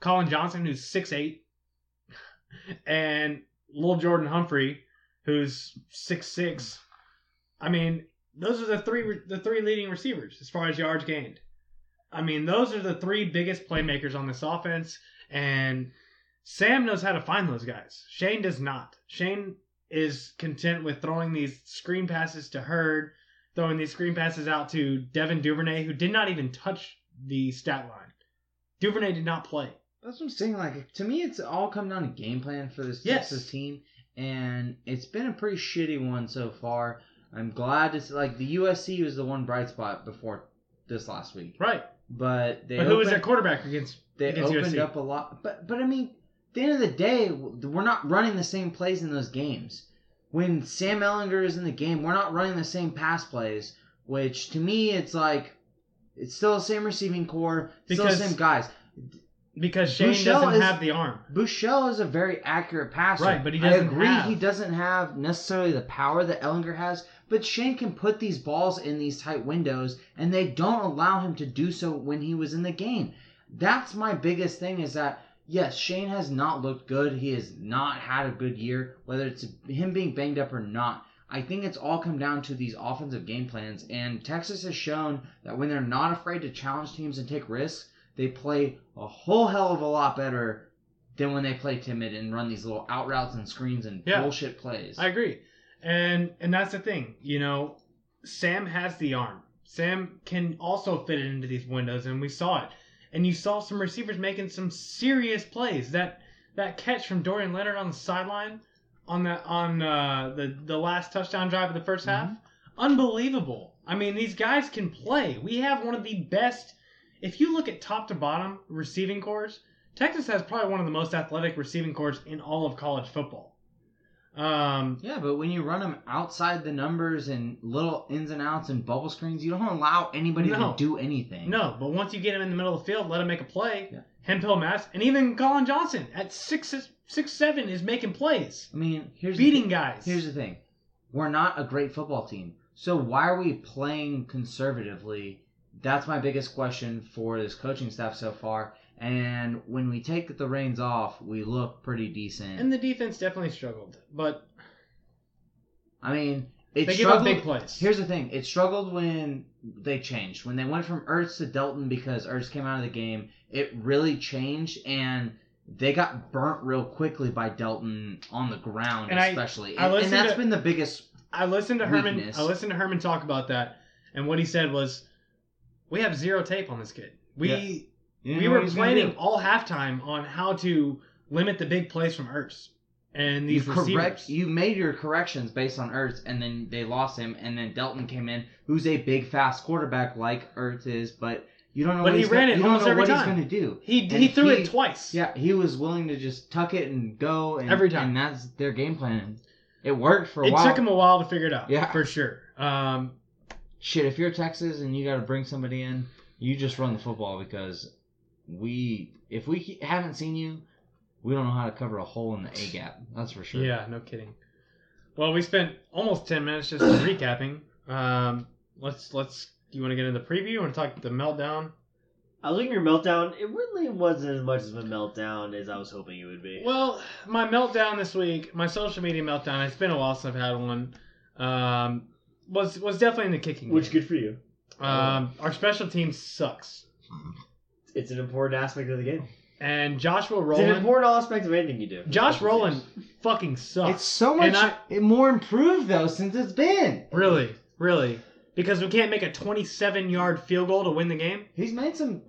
Colin Johnson, who's six eight, (laughs) and Lil Jordan Humphrey, who's six six. I mean, those are the three re- the three leading receivers as far as yards gained. I mean, those are the three biggest playmakers on this offense, and Sam knows how to find those guys. Shane does not. Shane is content with throwing these screen passes to Hurd, throwing these screen passes out to Devin Duvernay, who did not even touch the stat line. Duvernay did not play. That's what I'm saying. Like to me, it's all come down to game plan for this Yes. Texas team, and it's been a pretty shitty one so far. I'm glad to see, like the USC was the one bright spot before this last week, Right. but they But who was opened- their quarterback against? they against opened USC? up a lot. But but I mean, at the end of the day, we're not running the same plays in those games. When Sam Ellinger is in the game, we're not running the same pass plays. Which to me, it's like it's still the same receiving core, still the Because- same guys. Because Shane Bouchel doesn't is- have the arm. Bouchel is a very accurate passer. Right, but he doesn't I agree have- he doesn't have necessarily the power that Ellinger has, but Shane can put these balls in these tight windows, and they don't allow him to do so when he was in the game. That's my biggest thing is that yes, Shane has not looked good. He has not had a good year, whether it's him being banged up or not. I think it's all come down to these offensive game plans, and Texas has shown that when they're not afraid to challenge teams and take risks, they play a whole hell of a lot better than when they play timid and run these little out routes and screens and Yeah. bullshit plays. I agree, and and that's the thing. You know, Sam has the arm. Sam can also fit it into these windows, and we saw it. And you saw some receivers making some serious plays. That that catch from Dorian Leonard on the sideline on that on uh, the the last touchdown drive of the 1st half, Mm-hmm. unbelievable. I mean, these guys can play. We have one of the best. If you look at top to bottom receiving cores, Texas has probably one of the most athletic receiving cores in all of college football. Um, yeah, but when you run them outside the numbers and little ins and outs and bubble screens, you don't allow anybody No. to do anything. No, but once you get him in the middle of the field, let him make a play. Yeah. Hempel Mass, and even Colin Johnson at six six seven is making plays, I mean, here's the beating thi- guys. Here's the thing: we're not a great football team, so why are we playing conservatively? That's my biggest question for this coaching staff so far. And when we take the reins off, we look pretty decent. and the defense definitely struggled, but I mean, it They give up struggled. big plays. Here's the thing: it struggled when they changed. When they went from Ertz to Delton because Ertz came out of the game, it really changed, and they got burnt real quickly by Delton on the ground, And I- especially. I and, and listened that's to- been the biggest. I listened to Herman. Weakness. I listened to Herman talk about that, and what he said was, "We have zero tape on this kid. We we were planning all halftime on how to limit the big plays from Ertz and You these correct. receivers. You made your corrections based on Ertz, and then they lost him, and then Delton came in, who's a big, fast quarterback like Ertz is, but you don't know. But what he he's ran gonna, it you don't almost know every what he's time. going to do. he And he threw he- it twice. Yeah, he was willing to just tuck it and go and, Every time. and that's their game plan. And It worked for a it while. took him a while to figure it out. Yeah. for sure. Um, Shit, if you're Texas and you got to bring somebody in, you just run the football because we, if we he- haven't seen you, we don't know how to cover a hole in the A gap. That's for sure. Yeah, no kidding. Well, we spent almost ten minutes just recapping. Um, let's let's. You want to get into the preview? You want to talk the meltdown? I was looking at your meltdown. It really wasn't as much of a meltdown as I was hoping it would be. Well, my meltdown this week, my social media meltdown. It's been a while since I've had one. Um, was was definitely in the kicking. Which game. good for you. Um, our special team sucks, It's an important aspect of the game. and Joshua It's an Rowland. important aspect of anything you do. Josh Rowland fucking sucks. It's so And much I- it more improved though since it's been. really, really, because we can't make a 27 yard field goal to win the game. He's made some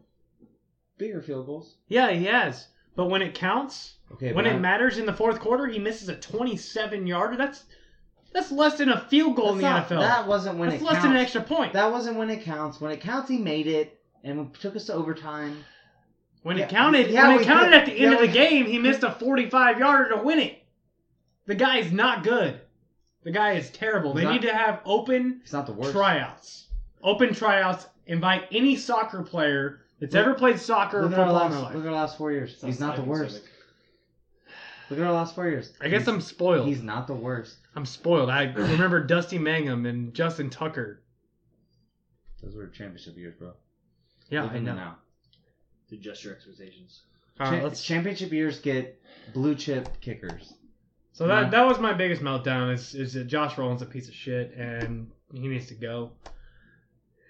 bigger field goals. Yeah, he has. But when it counts, Okay, when but it I- matters in the fourth quarter, he misses a 27 yarder. That's that's less than a field goal That's in the not- NFL. That wasn't when that's it less counts. than an extra point. That wasn't when it counts. When it counts, he made it and took us to overtime. when yeah. it counted, Yeah, when we it counted could- at the end yeah, of the we- game, he missed a 45 yarder to win it. The guy is not good. The guy is terrible. They Not- need to have open It's not the worst. tryouts. Open tryouts. Invite any soccer player that's ever played soccer or Look at, our football in their last, look life. at our last four years. He's not the worst. Look at our last four years. I guess He's- I'm spoiled. He's not the worst. I'm spoiled. I remember Dusty Mangum and Justin Tucker. Those were championship years, bro. Yeah, Live I in the know. now. To adjust your expectations. All Cha- right, let's. Championship years get blue chip kickers. So that that was my biggest meltdown. Is is that Josh Rowland's a piece of shit and he needs to go.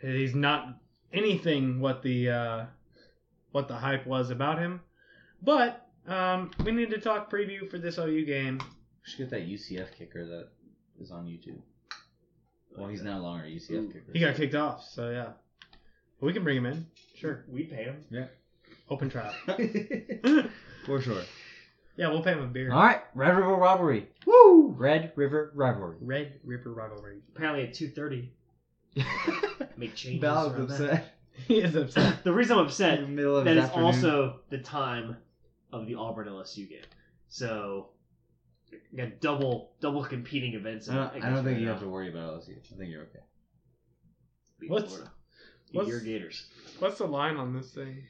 He's not anything what the uh, what the hype was about him. But um, we need to talk preview for this OU game. We should get that UCF kicker that is on YouTube. Well, he's no longer a UCF kicker. He got kicked off, so yeah. But we can bring him in. Sure. We pay him. Open (laughs) trial. For sure. Yeah, we'll pay him a beer. All right, Red River rivalry. Woo! Red River rivalry. (laughs) Red River rivalry. (laughs) Apparently at two thirty, make changes. Val is around that. upset. He is (laughs) upset. The reason I'm In the upset (laughs) middle of that his is afternoon. also the time of the Auburn LSU game. So you got double double competing events. I don't, I against don't think right you now. have to worry about LSU. I think you're okay. Beat What's- Florida. what's- Your Gators. What's the line on this thing?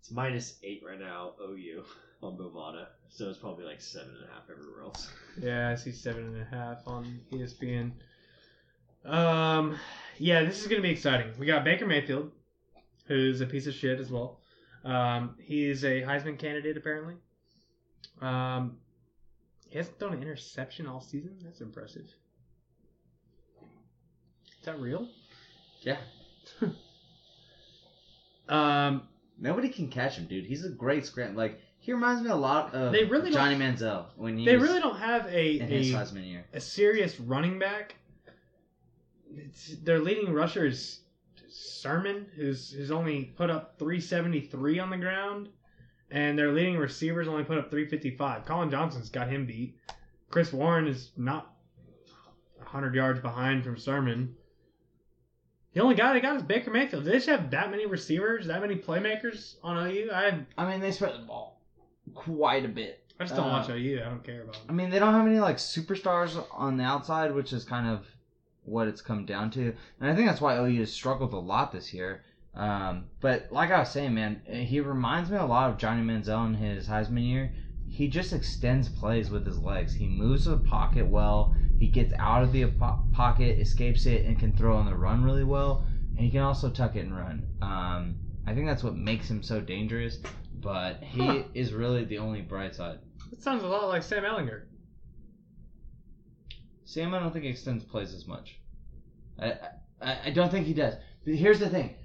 It's minus eight right now. OU on Bovada. So it's probably like seven and a half everywhere else. Yeah, I see seven and a half on E ESPN. Um, yeah, this is gonna be exciting. We got Baker Mayfield, who's a piece of shit as well. Um, he's a Heisman candidate apparently. Um, he hasn't thrown an interception all season. That's impressive. Is that real? Yeah. Um, Nobody can catch him, dude. He's a great scram. Like he reminds me a lot of They really don't- Johnny Manziel when he they was really don't have a in his a, Heisman year. a serious running back. It's, their leading rusher is Sermon, who's who's only put up 373 on the ground, and their leading receivers only put up 355. Colin Johnson's got him beat. Chris Warren is not 100 yards behind from Sermon. The only guy they got is Baker Mayfield. Do they just have that many receivers, that many playmakers on OU? I I mean, they spread the ball quite a bit. I just don't Uh, watch OU. I don't care about I them. mean, they don't have any like superstars on the outside, which is kind of what it's come down to, and I think that's why OU has struggled a lot this year. Um, but like I was saying, man, he reminds me a lot of Johnny Manziel in his Heisman year. He just extends plays with his legs. He moves to the pocket well. He gets out of the po- pocket, escapes it, and can throw on the run really well. And he can also tuck it and run. Um, I think that's what makes him so dangerous. But he Huh. is really the only bright side. That sounds a lot like Sam Ellinger. Sam, I don't think extends plays as much. I, I, I don't think he does. But here's the thing.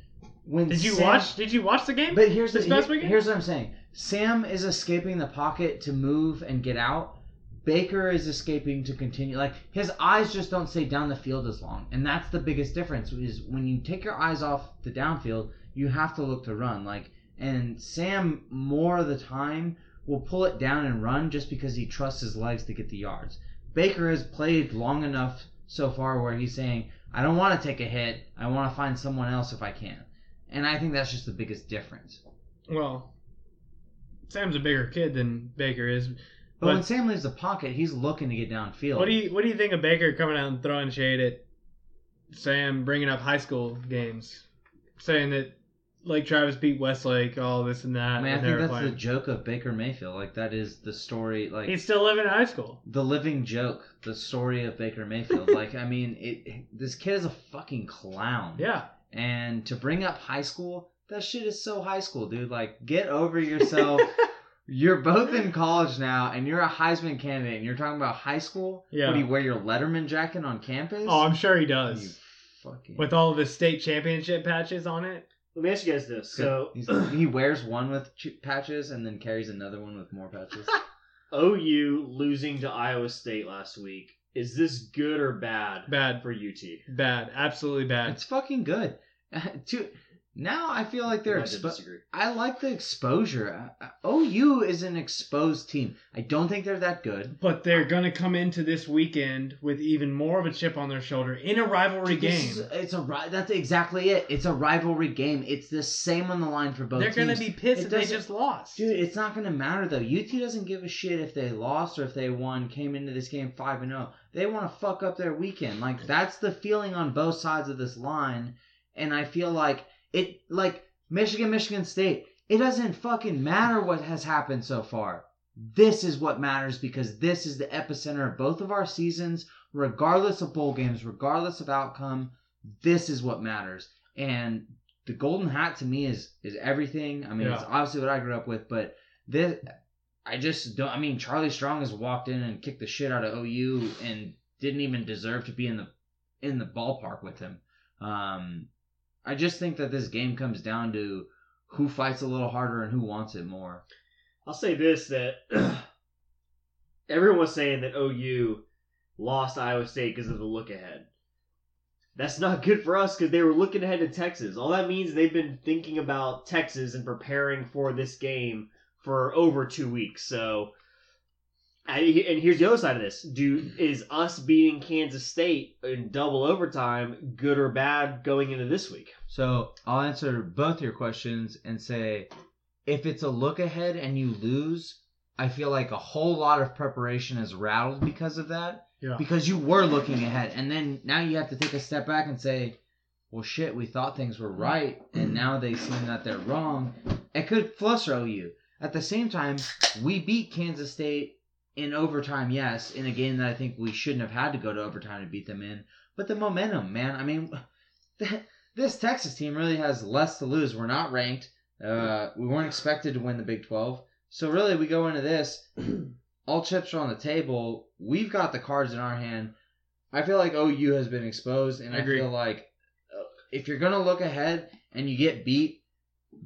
When Did you Sam- watch? Did you watch the game? But here's this the, past here- weekend? here's what I'm saying. Sam is escaping the pocket to move and get out. Baker is escaping to continue. Like his eyes just don't stay down the field as long, and that's the biggest difference. Is when you take your eyes off the downfield, you have to look to run. Like and Sam more of the time will pull it down and run just because he trusts his legs to get the yards. Baker has played long enough so far where he's saying, "I don't want to take a hit. I want to find someone else if I can." And I think that's just the biggest difference. Well, Sam's a bigger kid than Baker is. But, But- when Sam leaves the pocket, he's looking to get downfield. What do you What do you think of Baker coming out and throwing shade at Sam, bringing up high school games, saying that Lake Travis beat Westlake, all this and that. I mean, I and think they were that's the playing. joke of Baker Mayfield. Like that is the story, like He's still living in high school. the living joke, the story of (laughs) Baker Mayfield. like I mean, it this kid is a fucking clown. Yeah, (laughs) And to bring up high school, that shit is so high school, dude. Like get over yourself. You're both in college now, and you're a Heisman candidate, and you're talking about high school. Yeah. Would he wear your Letterman jacket on campus? Oh, I'm sure he does. fucking. With all of his state championship patches on it. Let me ask you guys this. So (clears throat) He's- he wears one with ch- patches, and then carries another one with more (laughs) patches. OU losing to Iowa State last week. Is this good or bad Bad. for UT? Bad. Absolutely bad. it's fucking good. (laughs) Dude, now I feel like they're I did expo- disagree. I like the exposure. Uh, I- I- OU is an exposed team. I don't think they're that good. But they're going to come into this weekend with even more of a chip on their shoulder in a rivalry This game. is- it's a ri- that's exactly it. It's a rivalry game. It's the same on the line for both. they're going to teams. be pissed It if they doesn't- just lost. Dude, it's not gonna matter though. UT doesn't give a shit if they lost or if they won. Came into this game five and zero. They want to fuck up their weekend. Like that's the feeling on both sides of this line, and I feel like it. Like Michigan, Michigan State. It doesn't fucking matter what has happened so far. This is what matters because this is the epicenter of both of our seasons, regardless of bowl games, regardless of outcome. This is what matters, and the golden hat to me is is everything. I mean, it's Yeah. obviously what I grew up with, but this I just don't. I mean, Charlie Strong has walked in and kicked the shit out of OU and didn't even deserve to be in the in the ballpark with him. Um, I just think that this game comes down to who fights a little harder and who wants it more. I'll say this that (clears throat) everyone was saying that OU lost Iowa State because of the look ahead. That's not good for us because they were looking ahead to Texas. All that means they've been thinking about Texas and preparing for this game for over two weeks. So, I, and here's the other side of this: Do is us beating Kansas State in double overtime good or bad going into this week? So I'll answer both your questions and say, if it's a look ahead and you lose, I feel like a whole lot of preparation is rattled because of that. Yeah. Because you were looking ahead, and then now you have to take a step back and say, well, shit, we thought things were right, and now they seem that they're wrong. It could fluster OU. At the same time, we beat Kansas State in overtime, yes, in a game that I think we shouldn't have had to go to overtime to beat them in. But the momentum, man, I mean, (laughs) this Texas team really has less to lose. We're not ranked. Uh, we weren't expected to win the Big 12. So really, we go into (clears throat) this, all chips are on the table. We've got the cards in our hand. I feel like OU has been exposed, and I, Agree. feel like uh, if you're gonna look ahead and you get beat,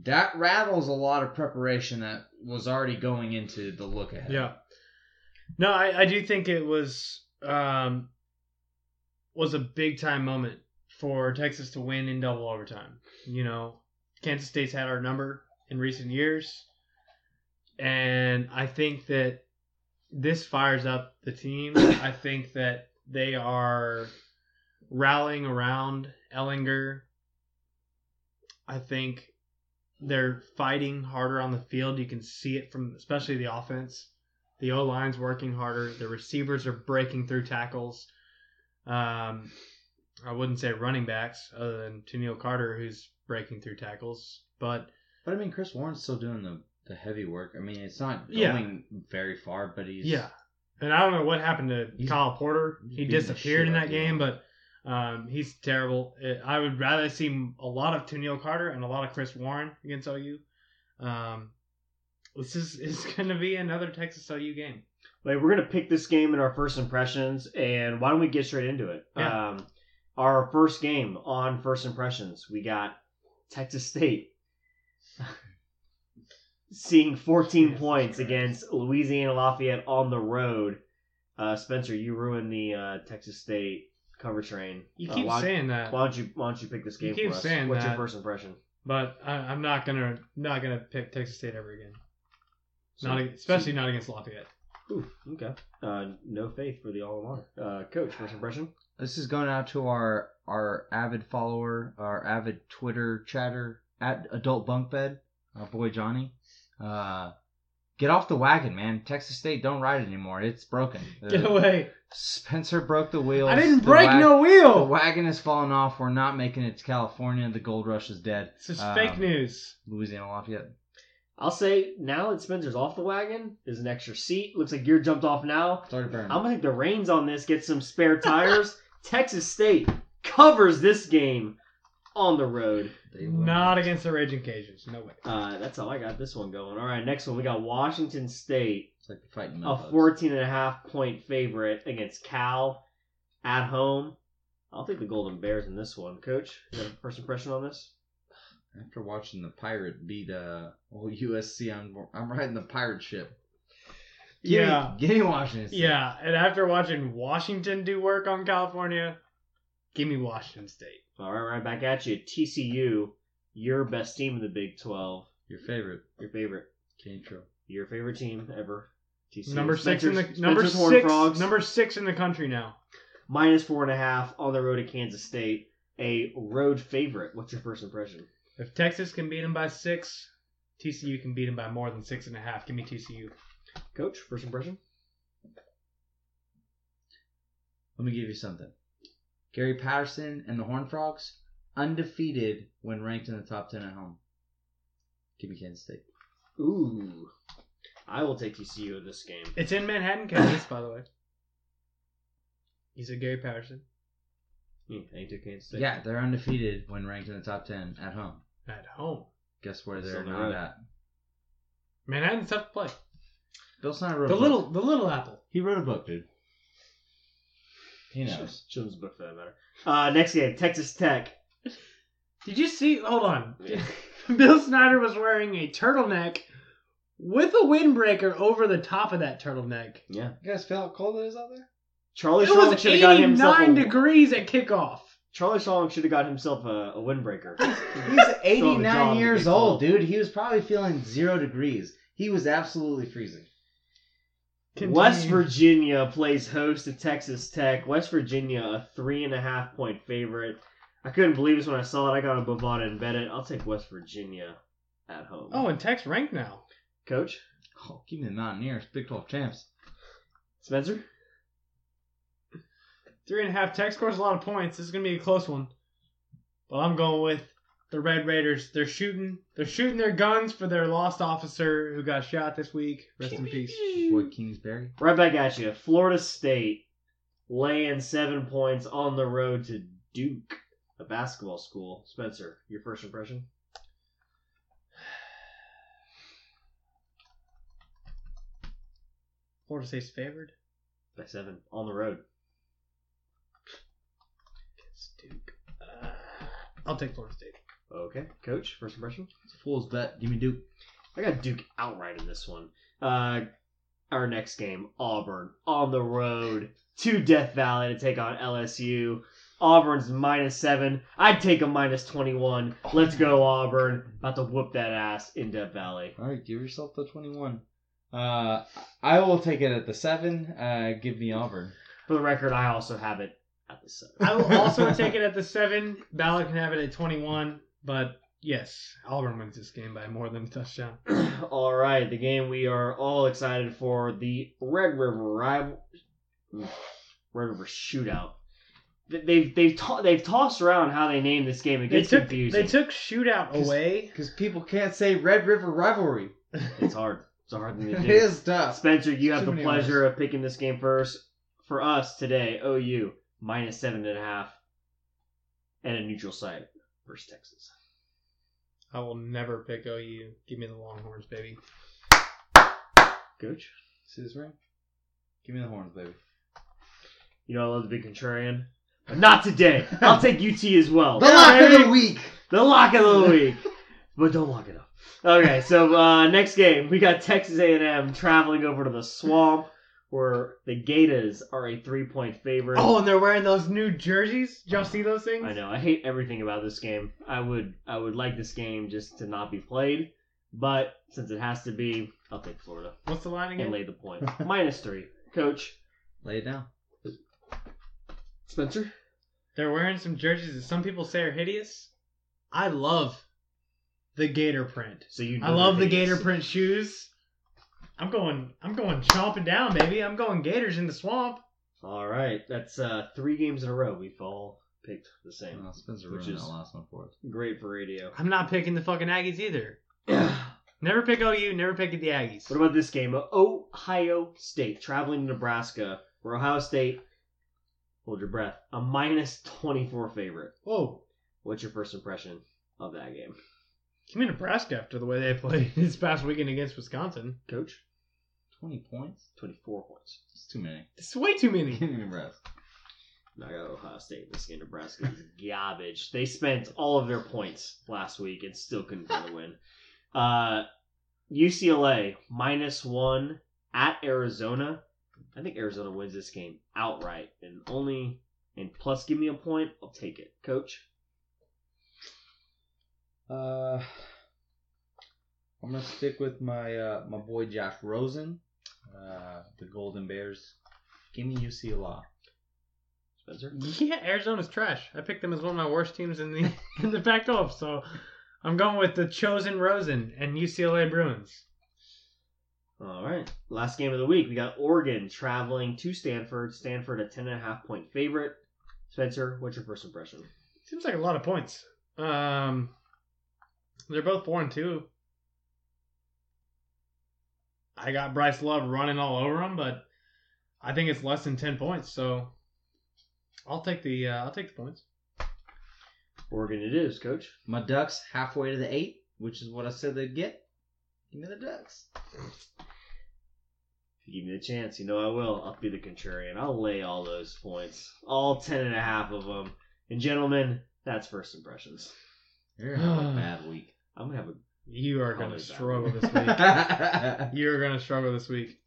that rattles a lot of preparation that was already going into the look ahead. Yeah. No, I, I do think it was um, was a big time moment for Texas to win in double overtime. You know, Kansas State's had our number in recent years, and I think that this fires up the team. I think that they are rallying around Ellinger. I think they're fighting harder on the field. You can see it from especially the offense. The O line's working harder. The receivers are breaking through tackles. Um, I wouldn't say running backs other than Tennille Carter, who's breaking through tackles. But But I mean, Chris Warren's still doing the the heavy work. I mean, it's not Yeah. going very far, but he's yeah, and I don't know what happened to He's- Kyle Porter. he's He beating the shit disappeared in out that of you. game, but um, he's terrible. Uh, I would rather see a lot of Tennille Carter and a lot of Chris Warren against OU. Um, this is (laughs) is going to be another Texas OU game. Like we're gonna pick this game in our first impressions, and why don't we get straight into it? Yeah. Um, our first game on first impressions, we got Texas State (laughs) seeing 14 Jesus points Christ. against Louisiana Lafayette on the road. Uh, Spencer, you ruined the uh, Texas State cover train. You Uh, keep why, saying that, Why don't you Why don't you pick this You game keep for us? saying What's that. your first impression? but I, I'm not gonna not gonna pick Texas State ever again. So- not especially not against (laughs) Lafayette. Ooh, okay. Uh, no faith for the All in Honor. Uh, coach, first impression. This is going out to our our avid follower, our avid Twitter chatter at Adult Bunk Bed, our boy Johnny. Uh, get off the wagon, man. Texas State don't ride it anymore. (laughs) It's broken. Uh, Get away! Spencer broke the wheels. I didn't The break wag- no The wheel. wagon has fallen off. We're not making it to California. The gold rush is dead. This is Um, fake news. Louisiana Lafayette. I'll say now that Spencer's off the wagon, there's an extra seat. Looks like you're jumped off now. It's already burned. I'm gonna take the reins on this, get some spare tires. Texas State covers this game on the road. Not against the Raging Cajuns. No way. Uh, that's how I got this one going. All right, next one. We got Washington State, It's like fighting a 14 and a half point favorite against Cal at home. I'll take the Golden Bears in this one, coach. You got a first impression on this? After watching the pirate beat uh old USC, I'm I'm riding the pirate ship. Give me- Yeah. give me Washington. State. Yeah, and after watching Washington do work on California, give me Washington State. All right, right back at you. TCU, your best team in the Big 12, your favorite, your favorite, Cantro. your favorite team ever. TCU. Number six in the Spencer's- number Spencer's Horned six Frogs. number six in the country now. minus four and a half on the road to Kansas State, a road favorite. What's your first impression? If Texas can beat them by six, TCU can beat them by more than six and a half. Give me TCU. Coach, first impression? Let me give you something. Gary Patterson and the Horn Frogs undefeated when ranked in the top ten at home. Give me Kansas State. Ooh. I will take TCU in this game. It's in Manhattan, Kansas, by the way. He said Gary Patterson. Hmm, I think to Kansas State. Yeah, they're undefeated when ranked in the top ten at home. At home. Guess where It's they're on the not road. at? Manhattan's tough to play. Bill Snyder wrote The a book. little the little apple. He wrote a book, dude. He knows. Children's, children's book for that matter. Uh, next game, Texas Tech. Did you see hold on. (laughs) Bill Snyder was wearing a turtleneck with a windbreaker over the top of that turtleneck. Yeah. You guys feel how cold it is out there? Charlie it Strong was should have got himself 89 a, degrees at kickoff. Charlie Strong should have got himself a, a windbreaker. (laughs) He's Still in the job 89 to years be old, cold. dude. He was probably feeling zero degrees. He was absolutely freezing. West Continue. Virginia plays host to Texas Tech. West Virginia, a three and a half point favorite. I couldn't believe this when I saw it. I got on Bovada and bet it. I'll take West Virginia at home. Oh, and Tech's ranked now. coach Oh, give me the Mountaineers, Big 12 champs. Spencer. Three and a half. Tech scores a lot of points. This is gonna be a close one. But I'm going with the Red Raiders. They're shooting. They're shooting their guns for their lost officer who got shot this week. Rest in peace. Boy, Kingsbury. Right back at you. Florida State laying seven points on the road to Duke, a basketball school. Spencer, your first impression? Florida State's favored. By seven on the road. It's Duke. Uh, I'll take Florida State. Okay, coach, first impression. It's a fool's bet. Give me Duke. I got Duke outright in this one. Uh, our next game, Auburn on the road to Death Valley to take on LSU. Auburn's minus seven. I'd take a minus twenty-one. Let's go Auburn. About to whoop that ass in Death Valley. All right, give yourself the 21. Uh, I will take it at the 7. Uh, give me Auburn. For the record, I also have it at the seven. (clears throat) I will (laughs) also take it at the seven. Ballard can have it at 21. But yes, Auburn wins this game by more than a touchdown. all right, the game we are all excited for the Red River rival, Red River shootout. Th- They've they've to- they've tossed around how they named this game. It They gets took confusing. they took shootout away. Because people can't say Red River Rivalry. It's hard. It's a hard thing (laughs) to It do. is tough. Spencer, you have Too the many pleasure of picking this game first. For us today, OU minus seven and a half and a neutral site versus Texas. I will never pick OU. Give me the Longhorns, baby. Coach, See this ring? Give me the horns, baby. you know I love to be contrarian, but not (laughs) today. I'll take UT as well. The lock of Eric, the week! The lock of (laughs) the week. But don't lock it up. Okay, so uh, next game we got Texas A&M traveling over to the swamp, where the Gators are a three-point favorite. Oh, and they're wearing those new jerseys. Did y'all see those things? I know. I hate everything about this game. I would I would like this game just to not be played, but since it has to be, I'll take Florida What's the line and again? lay the point. Minus three. Coach Lay it down. Spencer. They're wearing some jerseys that some people say are hideous. I love the gator print. So you. I know love the they're gator hideous. print shoes. I'm going. I'm going chomping down, baby. I'm going Gators in the swamp. All right, that's uh, three games in a row we've all picked the same. Oh, Spencer Which ruined that is- last one for us. Great for (clears throat) radio. I'm not picking the fucking Aggies either. what Never pick OU. Never pick the Aggies. about this game? Ohio State traveling to Nebraska, where Ohio State. Hold your breath. A minus twenty-four favorite. Whoa. What's your first impression of that game, Give me Nebraska after the way they played (laughs) this past weekend against Wisconsin. Coach? Twenty points. Twenty four points. It's too many. It's way too many. Give me Nebraska. I got Ohio State. This game, Nebraska is (laughs) garbage. They spent all of their points last week and still couldn't find a win. Uh, UCLA minus one at Arizona. I think Arizona wins this game outright and only and plus give me a point. I'll take it, Coach. Uh, I'm gonna stick with my uh, my boy Josh Rosen, uh, the Golden Bears. Give me UCLA. (laughs) Spencer. Yeah, Arizona's trash. I picked them as one of my worst teams in the (laughs) in the Pac-12, so I'm going with the chosen Rosen and UCLA Bruins. All right. Last game of the week, we got Oregon traveling to Stanford. Stanford a ten and a half point favorite. Spencer, what's your first impression? Seems like a lot of points. Um, they're both four and two. I got Bryce Love running all over them, but I think it's less than ten points, so I'll take the uh, I'll take the points. Oregon, it is, Coach. My Ducks halfway to the eight, which is what I said they'd get. Give me the Ducks. If you give me the chance, you know I will. I'll be the contrarian. I'll lay all those points, all ten and a half of them. And gentlemen, that's first impressions. You're having (sighs) a bad week. I'm gonna have a You are I'll going to do that. struggle (laughs) this (laughs) week. you are going to struggle this week.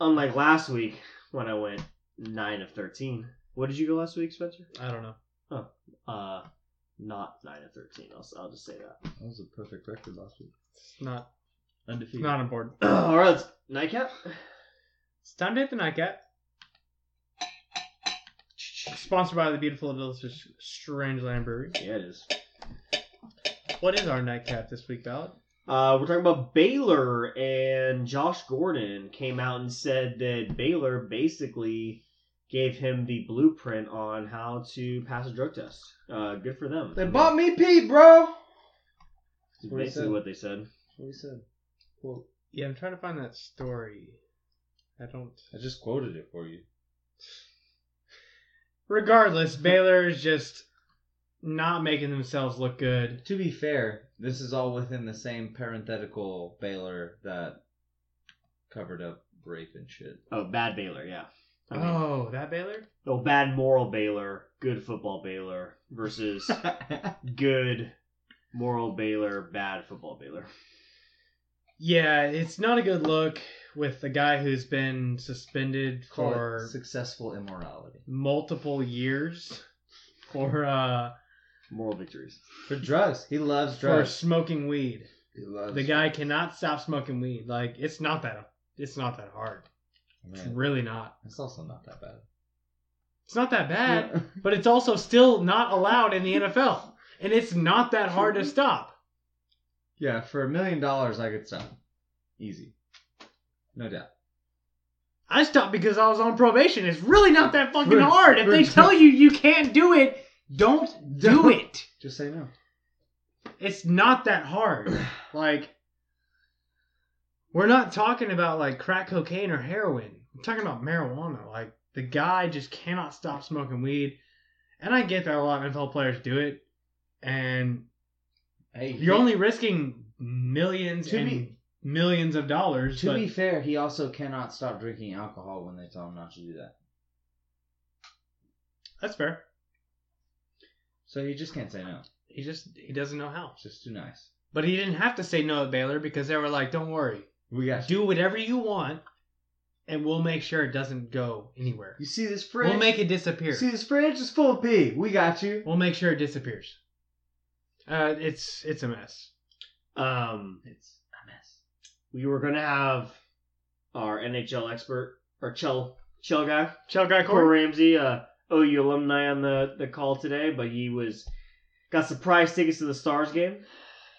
unlike last week when I went nine of thirteen. What did you go last week, Spencer? I don't know. Uh, not nine of thirteen. I'll I'll just say that. That was a perfect record last week. It's not it's Undefeated. not important. (clears throat) all right, let's- nightcap. It's time to hit the nightcap. Sponsored by the beautiful and delicious Strangeland Brewery. Yeah, it is. What is our nightcap this week, Ballard? Uh, we're talking about Baylor, and Josh Gordon came out and said that Baylor basically gave him the blueprint on how to pass a drug test. Uh, good for them. They bought me Pete, bro. That's what he basically said. what they said. What he said. Well, Yeah, I'm trying to find that story. I don't. I just quoted it for you. Regardless, Baylor is just not making themselves look good. To be fair, this is all within the same parenthetical Baylor that covered up rape (laughs) and shit. Oh, bad Baylor, yeah. I mean, Oh, that Baylor? oh, bad moral Baylor, good football Baylor (laughs) versus good moral Baylor, bad football Baylor. Yeah, it's not a good look with a guy who's been suspended Call it for successful immorality multiple years for uh Moral victories. for drugs. He loves for drugs. smoking weed. He loves The guy cannot stop smoking weed. Like it's not that it's not that hard. It's Man, really not. it's also not that bad. It's not that bad, (laughs) but it's also still not allowed in the NFL. And it's not that hard to stop. yeah, for a million dollars, I could stop. him. Easy, no doubt. I stopped because I was on probation. It's really not that fucking For- hard. If for- they tell you you can't do it, don't do (laughs) Don't. it. Just say no. It's not that (sighs) hard. Like we're not talking about like crack cocaine or heroin. We're talking about marijuana. Like the guy just cannot stop smoking weed. And I get that a lot of NFL players do it. And Hey, you're he- only risking millions To and be- millions of dollars. To but be fair, he also cannot stop drinking alcohol when they tell him not to do that. that's fair. So he just can't say no. He just he doesn't know how. It's just too nice. But he didn't have to say no at Baylor because they were like, "Don't worry, We got do whatever you want, and we'll make sure it doesn't go anywhere. You see this fridge? We'll make it disappear. See this fridge is full of pee. We got you. We'll make sure it disappears. Uh, it's it's a mess. Um, It's a mess. we were gonna have our NHL expert or Chell Chell guy Shell guy Cole Corey. Ramsey, uh, OU alumni on the, the call today, but he was got surprise tickets to the Stars game.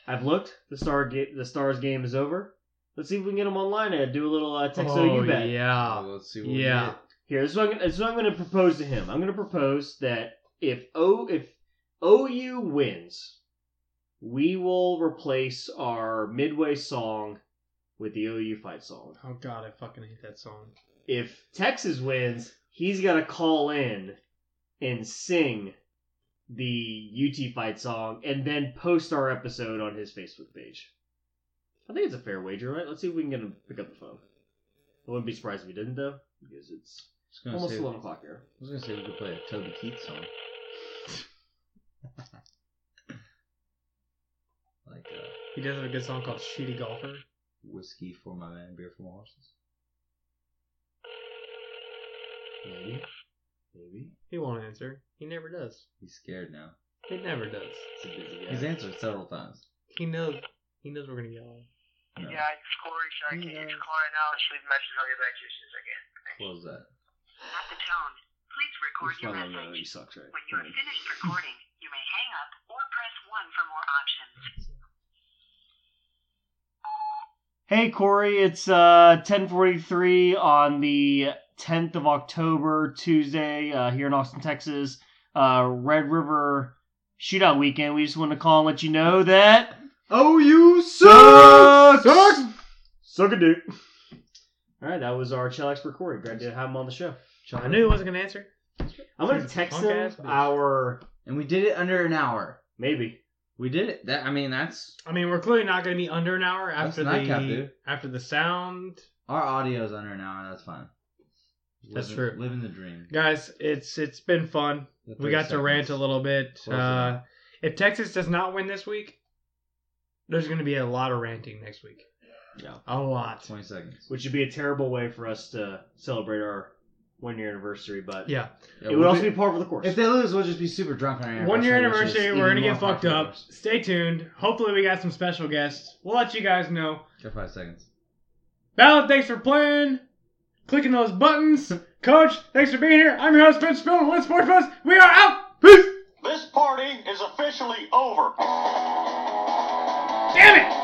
I've looked. The Star ga- the Stars game is over. Let's see if we can get them online and do a little uh, text oh OU bet. yeah, let's see we yeah. get. Here, this is, what I'm gonna, this is what I'm going to propose to him. I'm going to propose that if o if OU wins, we will replace our midway song with the OU fight song Oh god, I fucking hate that song. if Texas wins, he's got to call in and sing the UT fight song and then post our episode on his Facebook page. I think it's a fair wager, right? Let's see if we can get him to pick up the phone. I wouldn't be surprised if he didn't though, because it's was gonna almost say- eleven o'clock here. I was gonna say we could play a Toby Keith song. (laughs) like uh, He does have a good song called Shitty Golfer. whiskey for my man, beer for my horses. Maybe. Maybe He won't answer. He never does. he's scared now. He never does. It's a busy guy. He's answered several times. He knows. He knows we're gonna yell. No, Yeah, it's Corey. Sorry, Yeah. can you just call right now? Just leave a message. I'll get back to you as soon as I can. close that. At the tone, please record He's your probably not- message. he sucks, right? When you are finished recording, you may hang up or press 1 for more options. Hey Corey, it's uh 10:43 on the 10th of October, Tuesday, uh, here in Austin, Texas. Uh, Red River Shootout Weekend. We just want to call and let you know that Oh, you suck, suck, suck a dick. All right, that was our Chillax recording. Glad to have him on the show. I knew he wasn't gonna answer. I'm gonna He's a text him punk-ass bitch. our And we did it under an hour. maybe. We did it. That I mean, that's I mean, we're clearly not gonna be under an hour That's after not cap, the dude. after the sound. our audio's under an hour. That's fine. That's Living- true. Living the dream. Guys, it's it's been fun. The We three got to seconds. rant a little bit. Close it Uh, out. if Texas does not win this week, there's gonna be a lot of ranting next week. Yeah. a lot. Twenty seconds. Which would be a terrible way for us to celebrate our one year anniversary, but Yeah, Yeah, it would we'll also be- be par for the course. If they lose, we'll just be super drunk on our one year which is anniversary. We're even gonna get more fucked par for the up. course. Stay tuned. Hopefully, we got some special guests. We'll let you guys know. Got five seconds. Ballard, thanks for playing, clicking those (laughs) buttons. Coach, thanks for being here. I'm your host, Ben Spillman, with Sports Buzz. We are out. Peace. This party is officially over. Damn it.